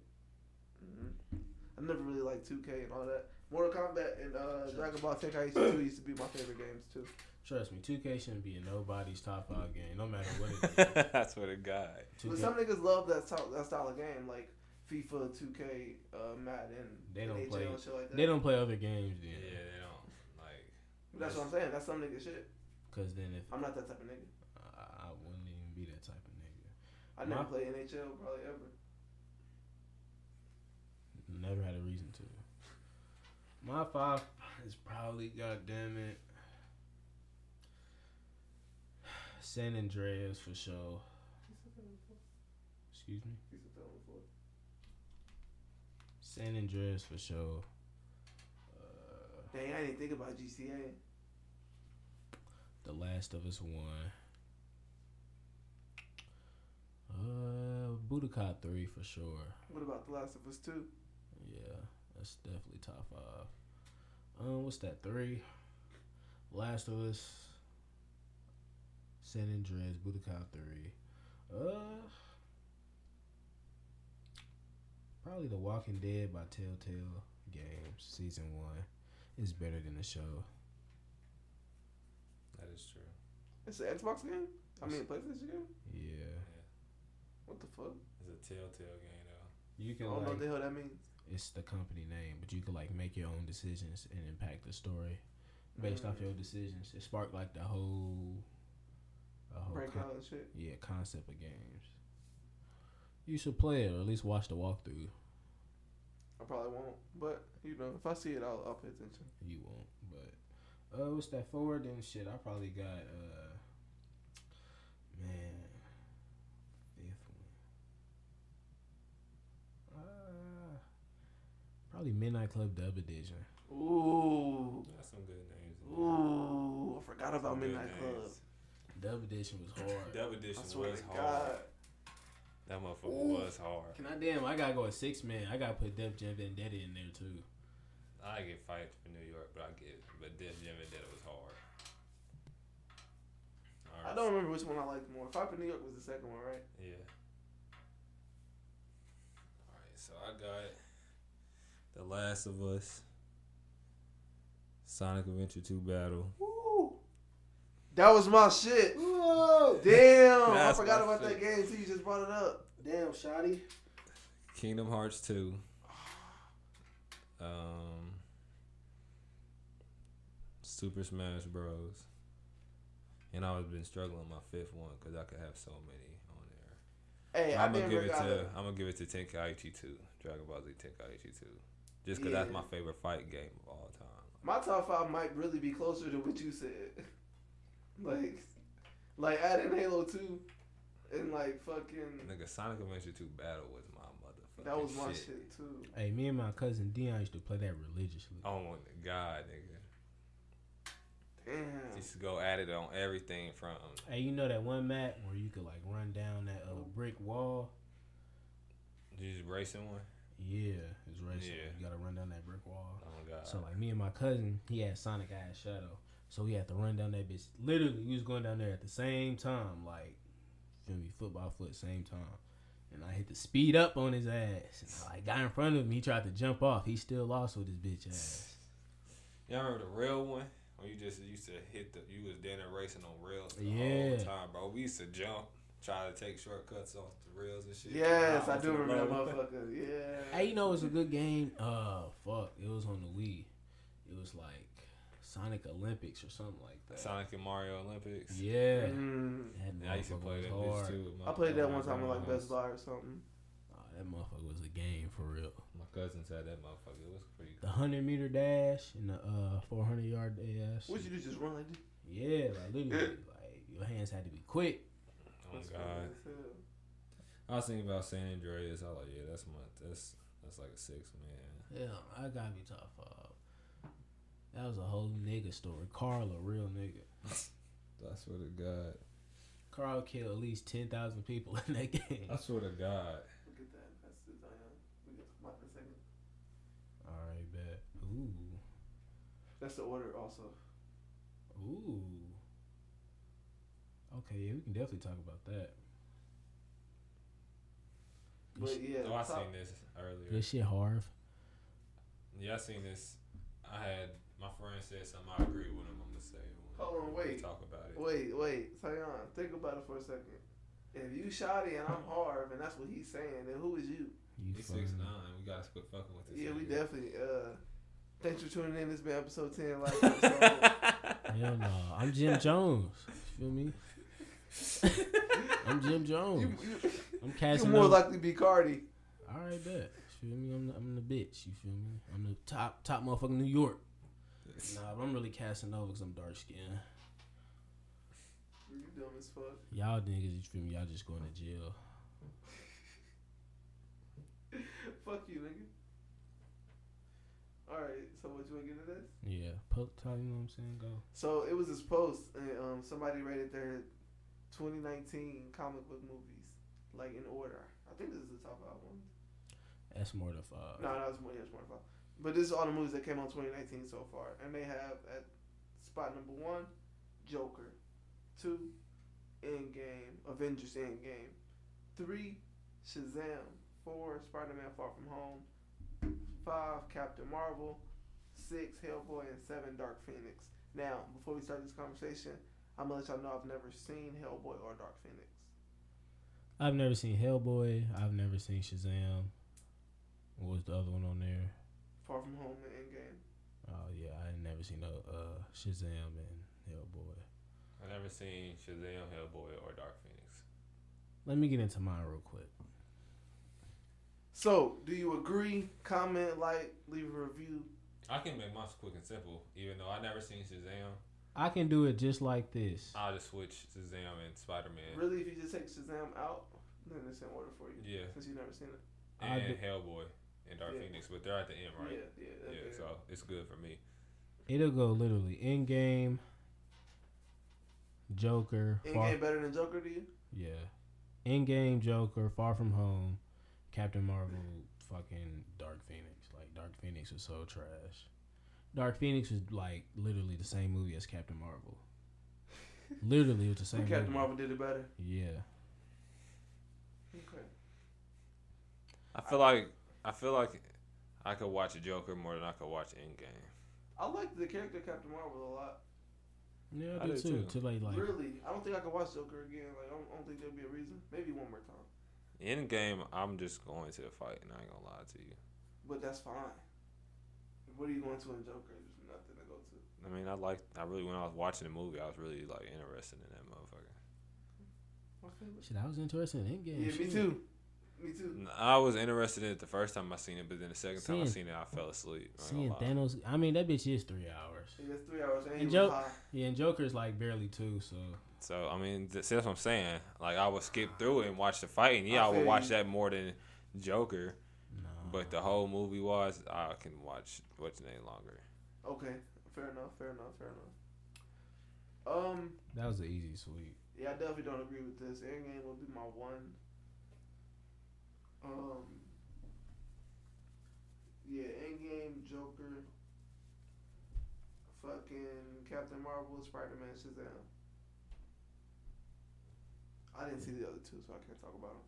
hmm I never really liked 2K and all that. Mortal Kombat and uh, Dragon Ball Tenkaichi 2 used to be my favorite games too. Trust me, 2K shouldn't be in nobody's top five game, no matter (laughs) what (laughs) it is. That's what it got. 2K, But some niggas love that style, that style of game, like FIFA, 2K, uh, Madden, They don't NHL, play- and shit like that. they don't play other games then. Yeah, they don't like. But that's what I'm saying. That's some nigga shit. Because then if I'm not that type of nigga. I, I wouldn't even be that type of nigga. I never My- play NHL probably ever. Never had a reason to. My five is probably goddamn it. San Andreas for sure. Excuse me. He's a film before. San Andreas for sure. Uh, Dang, I didn't think about GTA. The Last of Us One. Uh, Budokai Three for sure. What about The Last of Us 2? Yeah, that's definitely top five. Um, what's that three? Last of Us, San Andreas, Budokai Three. Uh, probably The Walking Dead by Telltale Games season one is better than the show. That is true. It's an Xbox game? I mean, a PlayStation game? Yeah, What the fuck? It's a telltale game though. you I can don't know like what the hell that means. it's the company name, but you can like make your own decisions and impact the story based off Mm. your decisions. It sparked like the whole, the whole con- Breakout and shit. yeah concept of games. You should play it or at least watch the walkthrough. I probably won't. But, you know, if I see it, I'll, I'll pay attention. You won't, but uh, what's that forward and shit? I probably got uh, man, fifth one. Uh, probably Midnight Club Dub Edition. Ooh. That's some good names. in there. Ooh. I forgot about Some good Midnight Club. names. Dub Edition was hard. Dub edition I swear was to hard. God. That motherfucker Ooh. was hard. Can I damn? I gotta go with six man. I gotta put Def Jam Vendetta in there too. I get fired for New York, but I get it. But this Jim Vendetta was hard. All I don't remember which one I liked more. Fight for New York was the second one, right? Yeah. so I got The Last of Us, Sonic Adventure 2 Battle. Woo. That was my shit. Whoa. Damn, That's I forgot my about shit. that game. So you just brought it up. Damn, shoddy. Kingdom Hearts 2. Um, Super Smash Bros. And I've been struggling with my fifth one because I could have so many on there. Hey, I I'm gonna never give it got to it. I'm gonna give it to Tenkaichi 2, Dragon Ball Z Tenkaichi 2, just 'cause that's Yeah. my favorite fight game of all time. My top five might really be closer to what you said. (laughs) Like, like add in Halo Two, and like fucking Nigga, Sonic Adventure 2 Battle was my motherfucking that was my shit. shit, too. Hey, me and my cousin Dion used to play that religiously. Oh my god, nigga, Damn. just go at it on everything from Hey, you know that one map where you could like run down that uh, brick wall? you just racing one. Yeah, it's racing. Yeah. You gotta run down that brick wall. Oh my god. So like me and my cousin, he had Sonic, I had Shadow. So we had to run down that bitch. Literally, we was going down there at the same time, like feel me, foot by foot, same time. And I hit the speed up on his ass. And I like, got in front of him. He tried to jump off. He still lost with his bitch ass. Y'all remember the real one when you just used to hit the you was down there racing on rails the Yeah. whole time, bro. We used to jump, try to take shortcuts off the rails and shit. Yes, Nah, I do to the remember that road. motherfucker. Yeah. Hey, you know it's a good game. Uh, fuck, it was on the Wii. It was like Sonic Olympics or something like that. Sonic and Mario Olympics. Yeah. Mm. That Yeah, I used to motherfucker play was that bitch hard. too. with my- I played that my one time with like grandma. Best Buy or something. Oh, that motherfucker was a game for real. My cousins had that motherfucker. It was pretty. The hundred meter dash and the uh four hundred yard dash. What you do? Just run. Yeah, like literally, like your hands had to be quick. Oh my That's god. funny as hell. I was thinking about San Andreas. I was like, yeah, that's my that's that's like a six man. (laughs) Yeah, I gotta be top five. That was a whole nigga story. Carl, a real nigga. I swear to God. Carl killed at least ten thousand people (laughs) in that game. I swear to God. Look at that. That's the Zion. We got to come out in a second. All right, bet. Ooh, That's the order also. ooh. Okay, yeah, we can definitely talk about that. Good, But sh- yeah, Oh, I top- seen this earlier. good shit, Harv. Yeah, I seen this. I had my friend said something. I agree with him. I'm gonna say. it when Hold on, we wait. Talk about it. Wait, wait, Zion. Think about it for a second. If you Shoddy and I'm Harv and that's what he's saying, then who is you? You He's fucking- six nine. We gotta quit fucking with this. Yeah, we nigga. definitely. Uh, thanks for tuning in. This has been episode ten. Like, subscribe. Hell no, I'm Jim Jones. You feel me? I'm Jim Jones. you, you, I'm you casting more those- likely to be Cardi. All right, bet. You feel me? I'm the, I'm the bitch. You feel me? I'm the top top motherfucking New York. Nah, but I'm really casting over because I'm dark skinned. You dumb as fuck. Y'all niggas, you feel me? Y'all just going to jail. (laughs) Fuck you, nigga. All right. So, what you want to get into this? Yeah, poke top. You know what I'm saying? Go. So it was this post, and um, somebody rated their 2019 comic book movies like in order. I think this is the top five one. That's more than five. No, no, it's more. Yeah, it's more than five. But this is all the movies that came out in 2019 so far, and they have at spot number one, Joker, two, Endgame, Avengers Endgame, three, Shazam, four, Spider-Man Far From Home, five, Captain Marvel, six, Hellboy, and seven, Dark Phoenix. Now, before we start this conversation, I'm gonna let y'all know I've never seen Hellboy or Dark Phoenix. I've never seen Hellboy. I've never seen Shazam. What was the other one on there? Far From Home and Endgame. Oh yeah, I ain't never seen no uh, Shazam and Hellboy. (laughs) I never seen Shazam, Hellboy, or Dark Phoenix. Let me get into mine real quick. So, do you agree? Comment, like, leave a review. I can make mine quick and simple. Even though I never seen Shazam, I can do it just like this. I'll just switch Shazam and Spider Man Really, if you just take Shazam out, then it's in order for you. Yeah. Since you've never seen it. I and do- Hellboy and Dark Yeah. Phoenix, but they're at the end, right? Yeah, yeah. Yeah, that'd be so it. it's good for me. It'll go literally in game. Joker. Endgame Far, better than Joker to you? yeah. In game Joker, Far From Home, Captain Marvel, fucking Dark Phoenix. Like Dark Phoenix was so trash. Dark Phoenix was like literally the same movie as Captain (laughs) Marvel. literally it was the same Captain movie. Marvel did it better. Yeah. Okay. I feel like I feel like I could watch Joker more than I could watch Endgame. I liked the character Captain Marvel a lot. Yeah, I I do do too. too. To like, like really, I don't think I could watch Joker again. Like, I don't, I don't think there'd be a reason. Maybe one more time, Endgame, I'm just going to the fight, and I ain't gonna lie to you. but that's fine. What are you going to in Joker? There's nothing to go to. I mean, I like. I really when I was watching the movie, I was really like interested in that motherfucker. Okay. shit. I was interested in Endgame. Yeah, me shit. too. Me too. N- I was interested in it the first time I seen it, but then the second time I Seeing- seen it, I fell asleep. I ain't Seeing gonna lie. Thanos, I mean that bitch is three hours. It was three hours and he And was Joke- high. Yeah, and Joker's like barely two. So So I mean, th- see, that's what I'm saying. Like I would skip through it and watch the fight, and yeah, I I, feel would watch you. that more than Joker. no. But the whole movie wise, I can watch what's his name longer. Okay, fair enough. Fair enough. Fair enough. Um, that was an easy sweep. yeah, I definitely don't agree with this. Endgame will be my one. Um. Yeah, Endgame, Joker, fucking Captain Marvel, Spider Man, Shazam. I didn't see the other two, so I can't talk about them.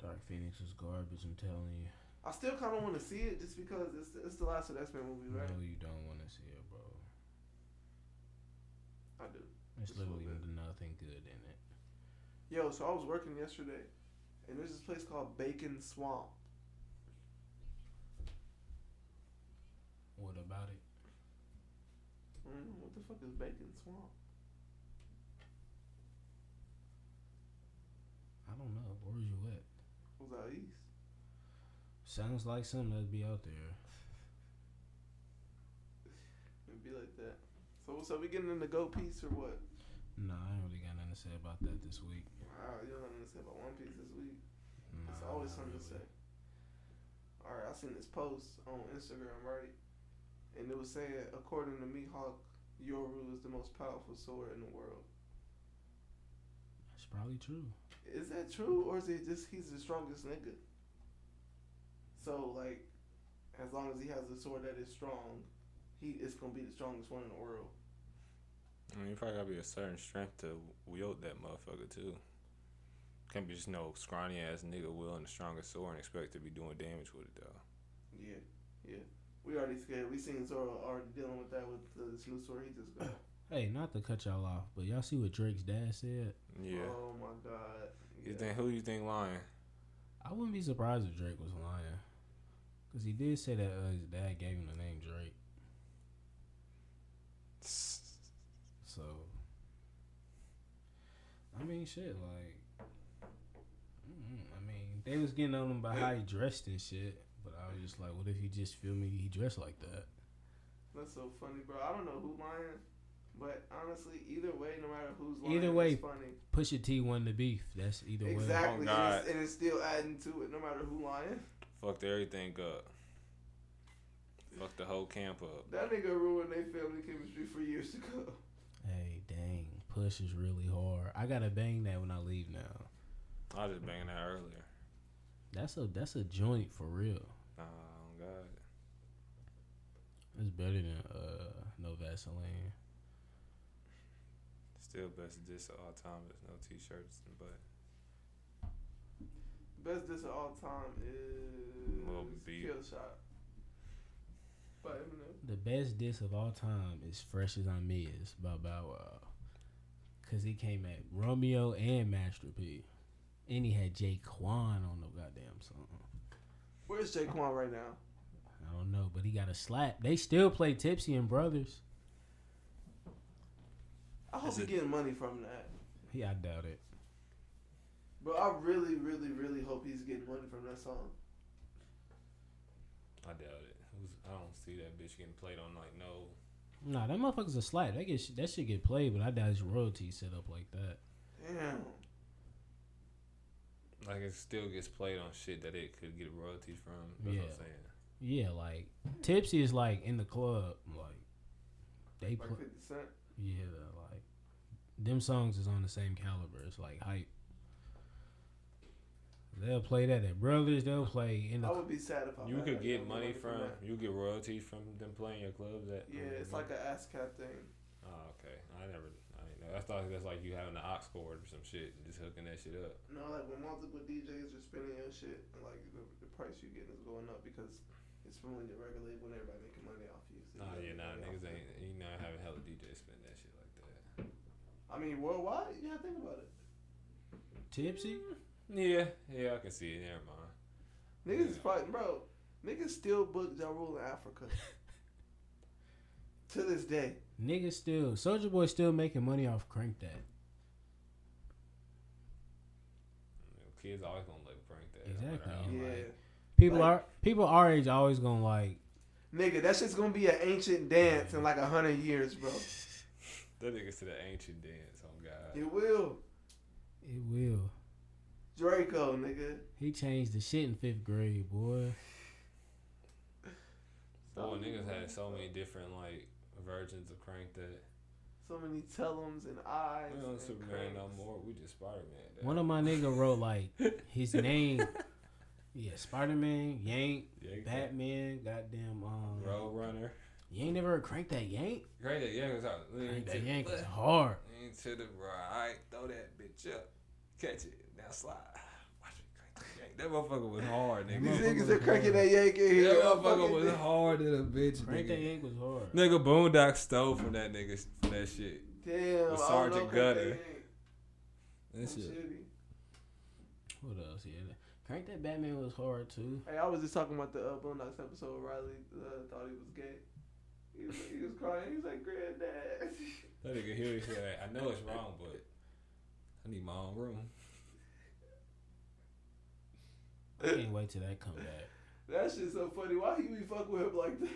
Dark Phoenix is garbage. I'm telling you. I still kind of want to see it just because it's it's the last of X Men movie, right? No, you don't want to see it, bro. I do. It's Just a little literally nothing good in it. Yo, so I was working yesterday, and there's this place called Bacon Swamp. What about it? Mm, what the fuck is Bacon Swamp? I don't know. Where was you at? Was out east? Sounds like something that'd be out there. It'd be like that. So what's up? We getting into Go Piece or what? Nah, I ain't really got nothing to say about that this week. Wow, you don't understand about One Piece this week. Nah, It's always not something to really. say. All right, I seen this post on Instagram, right? And it was saying, according to Mihawk, Yoru is the most powerful sword in the world. It's probably true. Is that true, or is it just he's the strongest nigga? So like, as long as he has a sword that is strong, he is gonna be the strongest one in the world. I mean, you probably gotta be a certain strength to wield that motherfucker too. Can't be just no scrawny ass nigga wielding the strongest sword and expect to be doing damage with it though. Yeah, yeah. We already scared. We seen Zoro already dealing with that with uh, this new sword he just got. Hey, not to cut y'all off, but y'all see what Drake's dad said? Yeah. Oh my god. You Yeah. think who you think lying? I wouldn't be surprised if Drake was lying. Because he did say that uh, his dad gave him the name Drake. So, I mean, shit, like, mm, I mean, they was getting on him by how he dressed and shit. But I was just like, what if he just feel me? He dressed like that. That's so funny, bro. I don't know who lying, but honestly, either way, no matter who's lying, Either way, it's funny. Pusha T won the beef. That's either way. Exactly, Oh, and, God. it's, and it's still adding to it. No matter who lying, Fucked everything up. Fucked the whole camp up. that nigga ruined their family chemistry for years (laughs) ago. Hey, dang, push is really hard. I gotta bang that when I leave now. I was just banging that earlier. That's a that's a joint for real. Oh God. It's better than uh no Vaseline. Still best diss of all time. There's no t-shirts, but Best diss of all time is Lil B. Kill Shot by Eminem. The best diss of all time is Fresh as I'm Is by Bow Wow. Cause he came at Romeo and Master P. And he had Jay Quan on the goddamn song. Where's Jaquan right now? I don't know, but he got a slap. They still play Tipsy and Brothers. I hope Is he it- getting money from that. Yeah, I doubt it. But I really, really, really hope he's getting money from that song. I doubt it. Who's, I don't see that bitch getting played on like no. Nah, that motherfucker's a slap. That get that shit get played, but I doubt his royalty set up like that. Damn. Like it still gets played on shit that it could get royalties from. That's what Yeah. I'm saying. Yeah, like Tipsy is like in the club, like they Like pl- 50 Cent. yeah, like them songs is on the same caliber. It's like hype. They'll play that at brothers. They'll play in the. I would be sad if I You had could that get kind of money from that. you get royalties from them playing your clubs. At Yeah, it's like an ASCAP thing. Oh, okay. I never. I didn't know. I thought that's like you having an ox cord or some shit and just hooking that shit up. No, like when multiple DJs are spinning your shit, like the, the price you getting is going up because it's really regulated when everybody making money off you. So Nah, Oh, yeah, you nah, gotta make niggas money off ain't. You know, having hella DJ spend that shit like that. it. I mean, worldwide, yeah, think about it. Tipsy? Yeah, yeah, I can see it. Never mind. Niggas is Yeah. fighting, bro. Niggas still book Ja Rule in (laughs) Africa. to this day. Niggas still. Soldier Boy still making money off Crank That. You know, kids always gonna let prank that. no matter Exactly. how, I'm yeah. Oh, like- (laughs) People Like- are people our age always gonna like Nigga, that shit's gonna be an ancient dance in like a hundred years, bro. That nigga to the ancient dance. Oh God. It will. it will. Draco, nigga. He changed the shit in fifth grade, boy. Boy, niggas had so many different like versions of crank that. So many tellums and eyes. We don't and Superman no cranks. more. We just Spider Man. One of my nigga wrote like his name. Yeah, Spider Man, Yank, Batman, goddamn um Road Runner. You ain't never heard crank that yank? Great that Yank was out. Lean Crank to that yank the is left, hard. lean to the right. Throw that bitch up. Catch it. Now slide. (sighs) Watch me crank that Yank. That motherfucker was hard, That nigga. These motherfucker niggas are was cranking hard. that yank in here. (laughs) That Fucking motherfucker was dick. hard than a bitch, Crank that nigga. yank was hard. Nigga Boondock stole from that nigga for that shit. Damn. I Sergeant don't know, Gunner. crank that yank. That I'm shit. shitty. What else? Yeah, that- crank that Batman was hard too. Hey, I was just talking about the uh, Boondocks episode where Riley uh, thought he was gay. He was, he was crying. He was like, (laughs) Granddad. That nigga Huey said, I know it's wrong, but I need my own room. I can't wait till that come back. That shit's so funny. Why Huey fuck with him like that?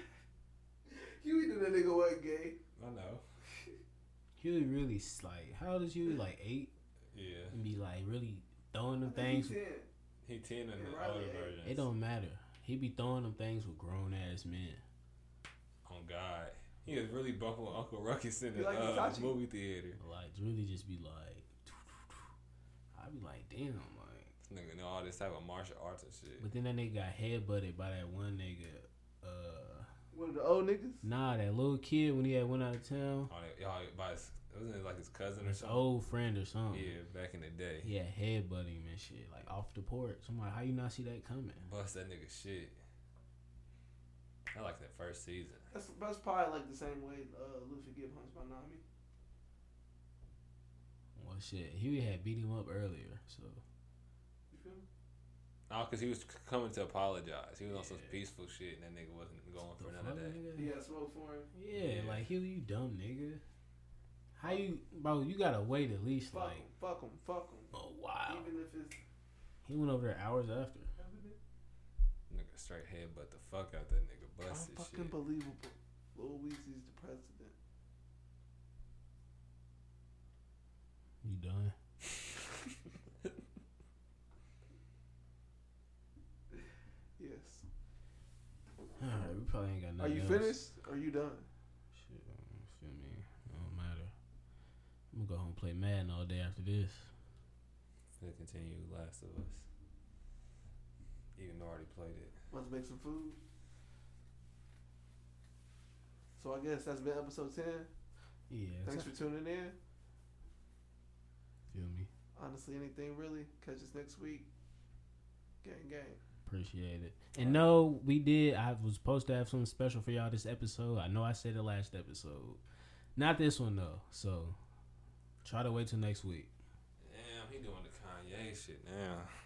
(laughs) Huey knew that nigga wasn't gay. I know. Huey really s- like how old is Huey? Like eight? Yeah. And be like really throwing I them think things. he 10. He 10 in the Yeah, Riley older ain't- version. It don't matter. He be throwing them things with grown ass men. Oh, God. He was really bumping Uncle Ruckus in You the like uh, Versace? movie theater. Like really just be like I be like, damn, like This nigga know all this type of martial arts and shit. But then that nigga got headbutted by that one nigga. Uh, One of the old niggas? nah, that little kid when he had went out of town. All that, y'all, by his, wasn't it like his cousin or His something? old friend or something. Yeah, back in the day. He had headbutt him and shit, like off the porch. I'm like, how you not see that coming? Bust that nigga shit. I like that first season. That's, that's probably like the same way uh, Luffy get punched by Nami. Well, shit, Huey had beat him up earlier, so You feel me? Oh, because he was c- coming to apologize. He was on some Yeah. peaceful shit, and that nigga wasn't going The for none of fuck, that. nigga? He had smoke for him. Yeah, Yeah. like Huey, you dumb nigga. How you, bro? You gotta wait at least Fuck like him. Fuck him. Fuck him. a while. Even if it's He went over there hours after. evident. Nigga straight headbutt the fuck out that nigga busted Unfucking shit. believable. Lil Weezy's the president. You done? Yes. (sighs) All right, we probably ain't got Are nothing. you else. finished? Are you done? Shit, um, feel me? It don't matter. I'm gonna go home and play Madden all day after this. Gonna continue Last of Us. Even though I already played it. Want to make some food? So I guess that's been episode 10. Yeah, Thanks for tuning in. feel me. Honestly, anything really. Catch us next week. Gang, gang. Appreciate it. And no, we did. I was supposed to have something special for y'all this episode. I know I said it last episode. Not this one though. So try to wait till next week. Damn, he doing the Kanye shit now.